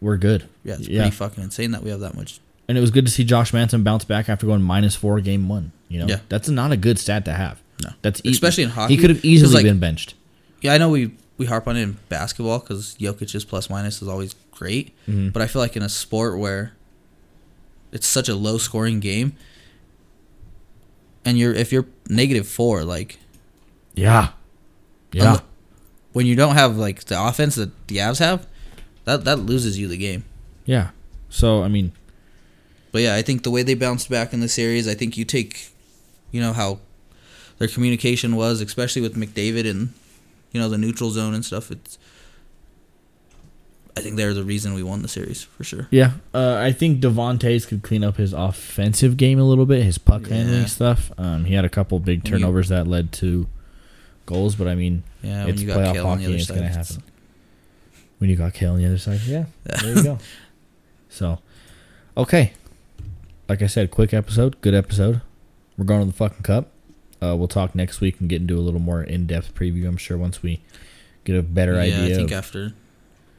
[SPEAKER 1] We're good.
[SPEAKER 2] yeah, it's
[SPEAKER 1] Yeah.
[SPEAKER 2] pretty fucking insane that we have that much.
[SPEAKER 1] And it was good to see Josh Manson bounce back after going minus four game one. You know,
[SPEAKER 2] Yeah.
[SPEAKER 1] that's not a good stat to have.
[SPEAKER 2] No.
[SPEAKER 1] That's e-,
[SPEAKER 2] Especially in hockey,
[SPEAKER 1] He could have
[SPEAKER 2] 'cause,
[SPEAKER 1] easily
[SPEAKER 2] like,
[SPEAKER 1] been benched.
[SPEAKER 2] Yeah, I know we we harp on it in basketball because Jokic's plus minus is always great,
[SPEAKER 1] Mhm.
[SPEAKER 2] but I feel like in a sport where it's such a low scoring game, and you're if you're negative four, like
[SPEAKER 1] Yeah. Yeah.
[SPEAKER 2] unle- Um, when you don't have like the offense that the Avs have, that that loses you the game.
[SPEAKER 1] yeah. So, I mean,
[SPEAKER 2] But yeah, I think the way they bounced back in the series, I think you take, you know how their communication was, especially with McDavid and you know the neutral zone and stuff. It's I think they're the reason we won the series for sure.
[SPEAKER 1] Yeah, uh, I think Devontae's could clean up his offensive game a little bit, his puck
[SPEAKER 2] Yeah.
[SPEAKER 1] handling stuff. Um, he had a couple big
[SPEAKER 2] When you-
[SPEAKER 1] turnovers that led to goals, but I mean,
[SPEAKER 2] Yeah,
[SPEAKER 1] it's
[SPEAKER 2] when you got
[SPEAKER 1] playoff
[SPEAKER 2] Kale on
[SPEAKER 1] hockey, and
[SPEAKER 2] the other
[SPEAKER 1] it's
[SPEAKER 2] side,
[SPEAKER 1] gonna
[SPEAKER 2] it's-
[SPEAKER 1] happen. When you got Kale on the other side, yeah, there you go. So, okay, like I said, quick episode, good episode. We're going to the fucking cup. Uh, we'll talk next week and get into a little more in-depth preview. I'm sure once we get a better
[SPEAKER 2] yeah,
[SPEAKER 1] idea.
[SPEAKER 2] I think
[SPEAKER 1] of-
[SPEAKER 2] after,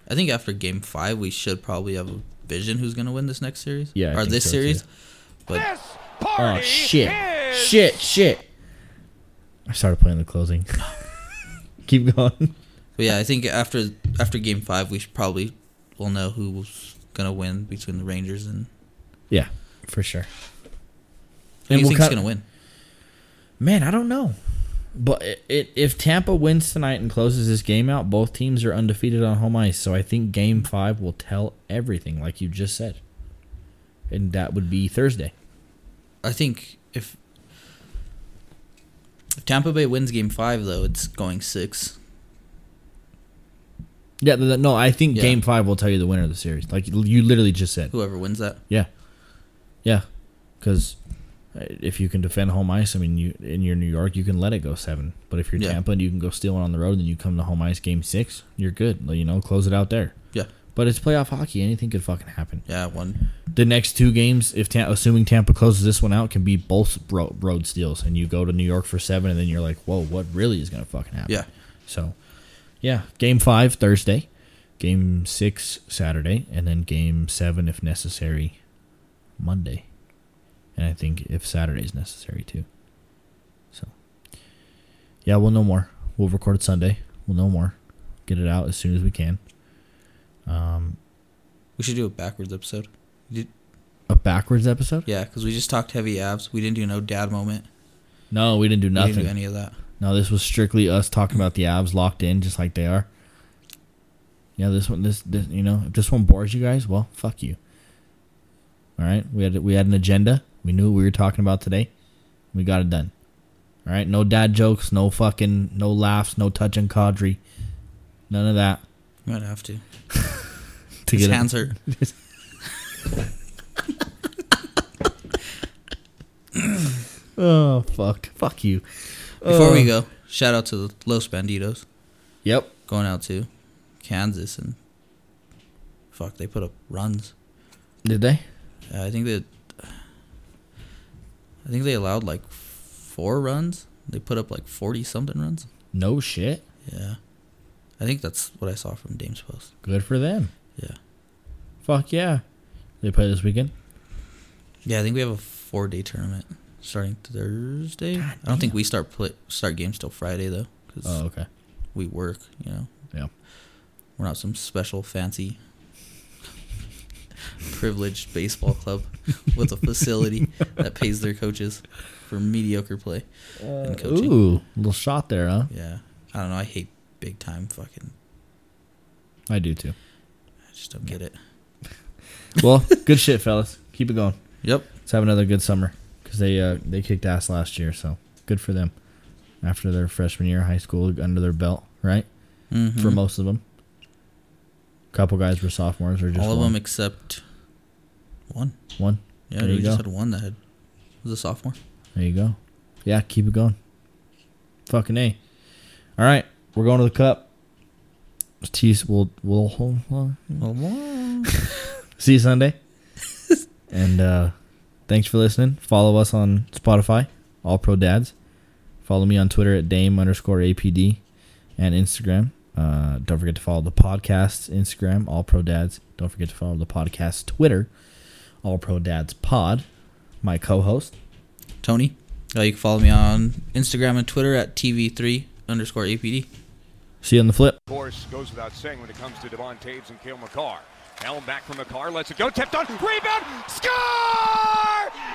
[SPEAKER 2] I think after game five, we should probably have a vision who's gonna win this next series.
[SPEAKER 1] Yeah, I
[SPEAKER 2] or
[SPEAKER 1] think
[SPEAKER 2] this
[SPEAKER 1] so, too.
[SPEAKER 2] series. But
[SPEAKER 1] oh shit! Shit! Shit! I started playing the closing. Keep going.
[SPEAKER 2] but yeah, I think after after game five, we should probably will know who's gonna win between the Rangers and
[SPEAKER 1] Yeah, for sure.
[SPEAKER 2] who do you
[SPEAKER 1] we'll
[SPEAKER 2] think's
[SPEAKER 1] cut-
[SPEAKER 2] gonna win?
[SPEAKER 1] Man, I don't know. But i it, if Tampa wins tonight and closes this game out, both teams are undefeated on home ice. So I think game five will tell everything, like you just said. And that would be Thursday.
[SPEAKER 2] I think if if Tampa Bay wins game five, though, it's going six.
[SPEAKER 1] Yeah, th- th- no, I think
[SPEAKER 2] Yeah.
[SPEAKER 1] game five will tell you the winner of the series. Like you you literally just said.
[SPEAKER 2] Whoever wins that,
[SPEAKER 1] Yeah. Yeah. Because if you can defend home ice, I mean, you in your New York, you can let it go seven. But if you're
[SPEAKER 2] Yeah.
[SPEAKER 1] Tampa and you can go steal one on the road, then you come to home ice game six, you're good. You know, close it out there.
[SPEAKER 2] yeah,
[SPEAKER 1] But it's playoff hockey. Anything could fucking happen.
[SPEAKER 2] yeah, one.
[SPEAKER 1] The next two games, if Tam- assuming Tampa closes this one out, can be both ro- road steals, and you go to New York for seven, and then you're like, whoa, what really is gonna fucking happen?
[SPEAKER 2] Yeah.
[SPEAKER 1] So, yeah, game five Thursday, game six Saturday, and then game seven if necessary, Monday, and I think if Saturday is necessary too. So, yeah, we'll know more. We'll record it Sunday. We'll know more. Get it out as soon as we can. Um,
[SPEAKER 2] We should do a backwards episode. Did,
[SPEAKER 1] a backwards episode.
[SPEAKER 2] yeah, because we just talked heavy abs. We didn't do no dad moment.
[SPEAKER 1] No, we didn't do
[SPEAKER 2] We
[SPEAKER 1] nothing.
[SPEAKER 2] didn't do any of that.
[SPEAKER 1] no, this was strictly us talking about the abs locked in, just like they are. Yeah, this one, this, this, you know, if this one bores you guys, well, fuck you. All right, we had we had an agenda. We knew what we were talking about today. We got it done. All right, no dad jokes, no fucking, no laughs, no touching Cadre, none of that.
[SPEAKER 2] You might have to.
[SPEAKER 1] To
[SPEAKER 2] His
[SPEAKER 1] get it-
[SPEAKER 2] hands hurt.
[SPEAKER 1] Oh fuck, fuck you.
[SPEAKER 2] Before we
[SPEAKER 1] Uh,
[SPEAKER 2] go, shout out to the Los Banditos
[SPEAKER 1] Yep.
[SPEAKER 2] going out to Kansas and fuck, they put up runs.
[SPEAKER 1] Did they?
[SPEAKER 2] Uh, I think that I think they allowed like four runs. They put up like forty something runs.
[SPEAKER 1] No shit.
[SPEAKER 2] Yeah, I think that's what I saw from Dame's post.
[SPEAKER 1] Good for them.
[SPEAKER 2] Yeah,
[SPEAKER 1] Fuck yeah. They play this weekend.
[SPEAKER 2] yeah. I think we have a four day tournament starting Thursday.
[SPEAKER 1] God
[SPEAKER 2] I don't think
[SPEAKER 1] damn.
[SPEAKER 2] we start play, start games till Friday though, because
[SPEAKER 1] Oh okay.
[SPEAKER 2] we work. You know,
[SPEAKER 1] Yeah.
[SPEAKER 2] we're not some special fancy privileged baseball club with a facility that pays their coaches for mediocre play. and coaching.
[SPEAKER 1] Uh, Ooh, little shot there, huh?
[SPEAKER 2] Yeah. I don't know. I hate big time fucking.
[SPEAKER 1] I do too.
[SPEAKER 2] I just don't get it.
[SPEAKER 1] Well, good shit, fellas. Keep it going.
[SPEAKER 2] Yep.
[SPEAKER 1] Let's have another good summer because they uh, they kicked ass last year, so good for them. After their freshman year of high school under their belt, right?
[SPEAKER 2] Mhm.
[SPEAKER 1] For most of them, couple guys were sophomores or just
[SPEAKER 2] all of
[SPEAKER 1] one.
[SPEAKER 2] them except one.
[SPEAKER 1] One.
[SPEAKER 2] Yeah,
[SPEAKER 1] There
[SPEAKER 2] we
[SPEAKER 1] you
[SPEAKER 2] just
[SPEAKER 1] go.
[SPEAKER 2] had one that had, was a sophomore.
[SPEAKER 1] There you go. Yeah, keep it going. Fucking a. All right, we're going to the cup. Tease. We'll we'll see you Sunday. and uh, thanks for listening. Follow us on Spotify, All Pro Dads. Follow me on Twitter at Dame underscore APD and Instagram. Uh, don't forget to follow the podcast's Instagram, All Pro Dads. Don't forget to follow the podcast's Twitter, All Pro Dads Pod, my co host.
[SPEAKER 2] Tony. Uh, you can follow me on Instagram and Twitter at TV3 underscore APD.
[SPEAKER 1] See you on the flip.
[SPEAKER 3] Of course, goes without saying when it comes to Devon Taves and Kale McCarr. Allen back from McCarr, lets it go, tipped on, rebound, score!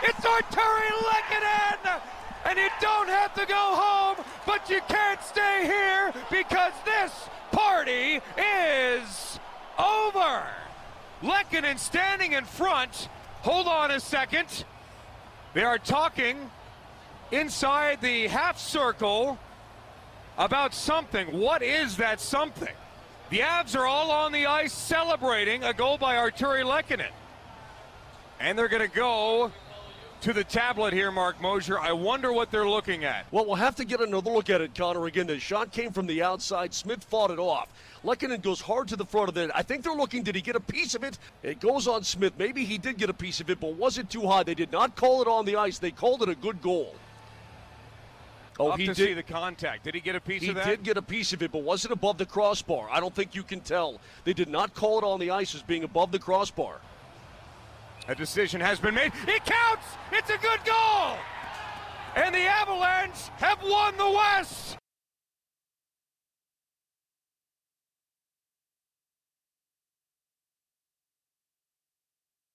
[SPEAKER 3] It's Arturi Lekkinen! And you don't have to go home, but you can't stay here because this party is over! Lekkinen standing in front. Hold on a second. They are talking inside the half circle about something. What is that something? The Avs are all on the ice celebrating a goal by Arturi Lekkinen. And they're going to go to the tablet here, Mark Mosier. I wonder what they're looking at.
[SPEAKER 4] Well, we'll have to get another look at it, Connor. Again, the shot came from the outside. Smith fought it off. Lekanen goes hard to the front of it. I think they're looking, did he get a piece of it? It goes on Smith. Maybe he did get a piece of it, but was it too high? They did not call it on the ice. They called it a good goal. Oh,
[SPEAKER 3] Up
[SPEAKER 4] he
[SPEAKER 3] to
[SPEAKER 4] did.
[SPEAKER 3] see the contact. Did he get a piece
[SPEAKER 4] He
[SPEAKER 3] of that?
[SPEAKER 4] did get a piece of it, but was it above the crossbar? I don't think you can tell. They did not call it on the ice as being above the crossbar.
[SPEAKER 3] A decision has been made. It counts. It's a good goal. And the Avalanche have won the West.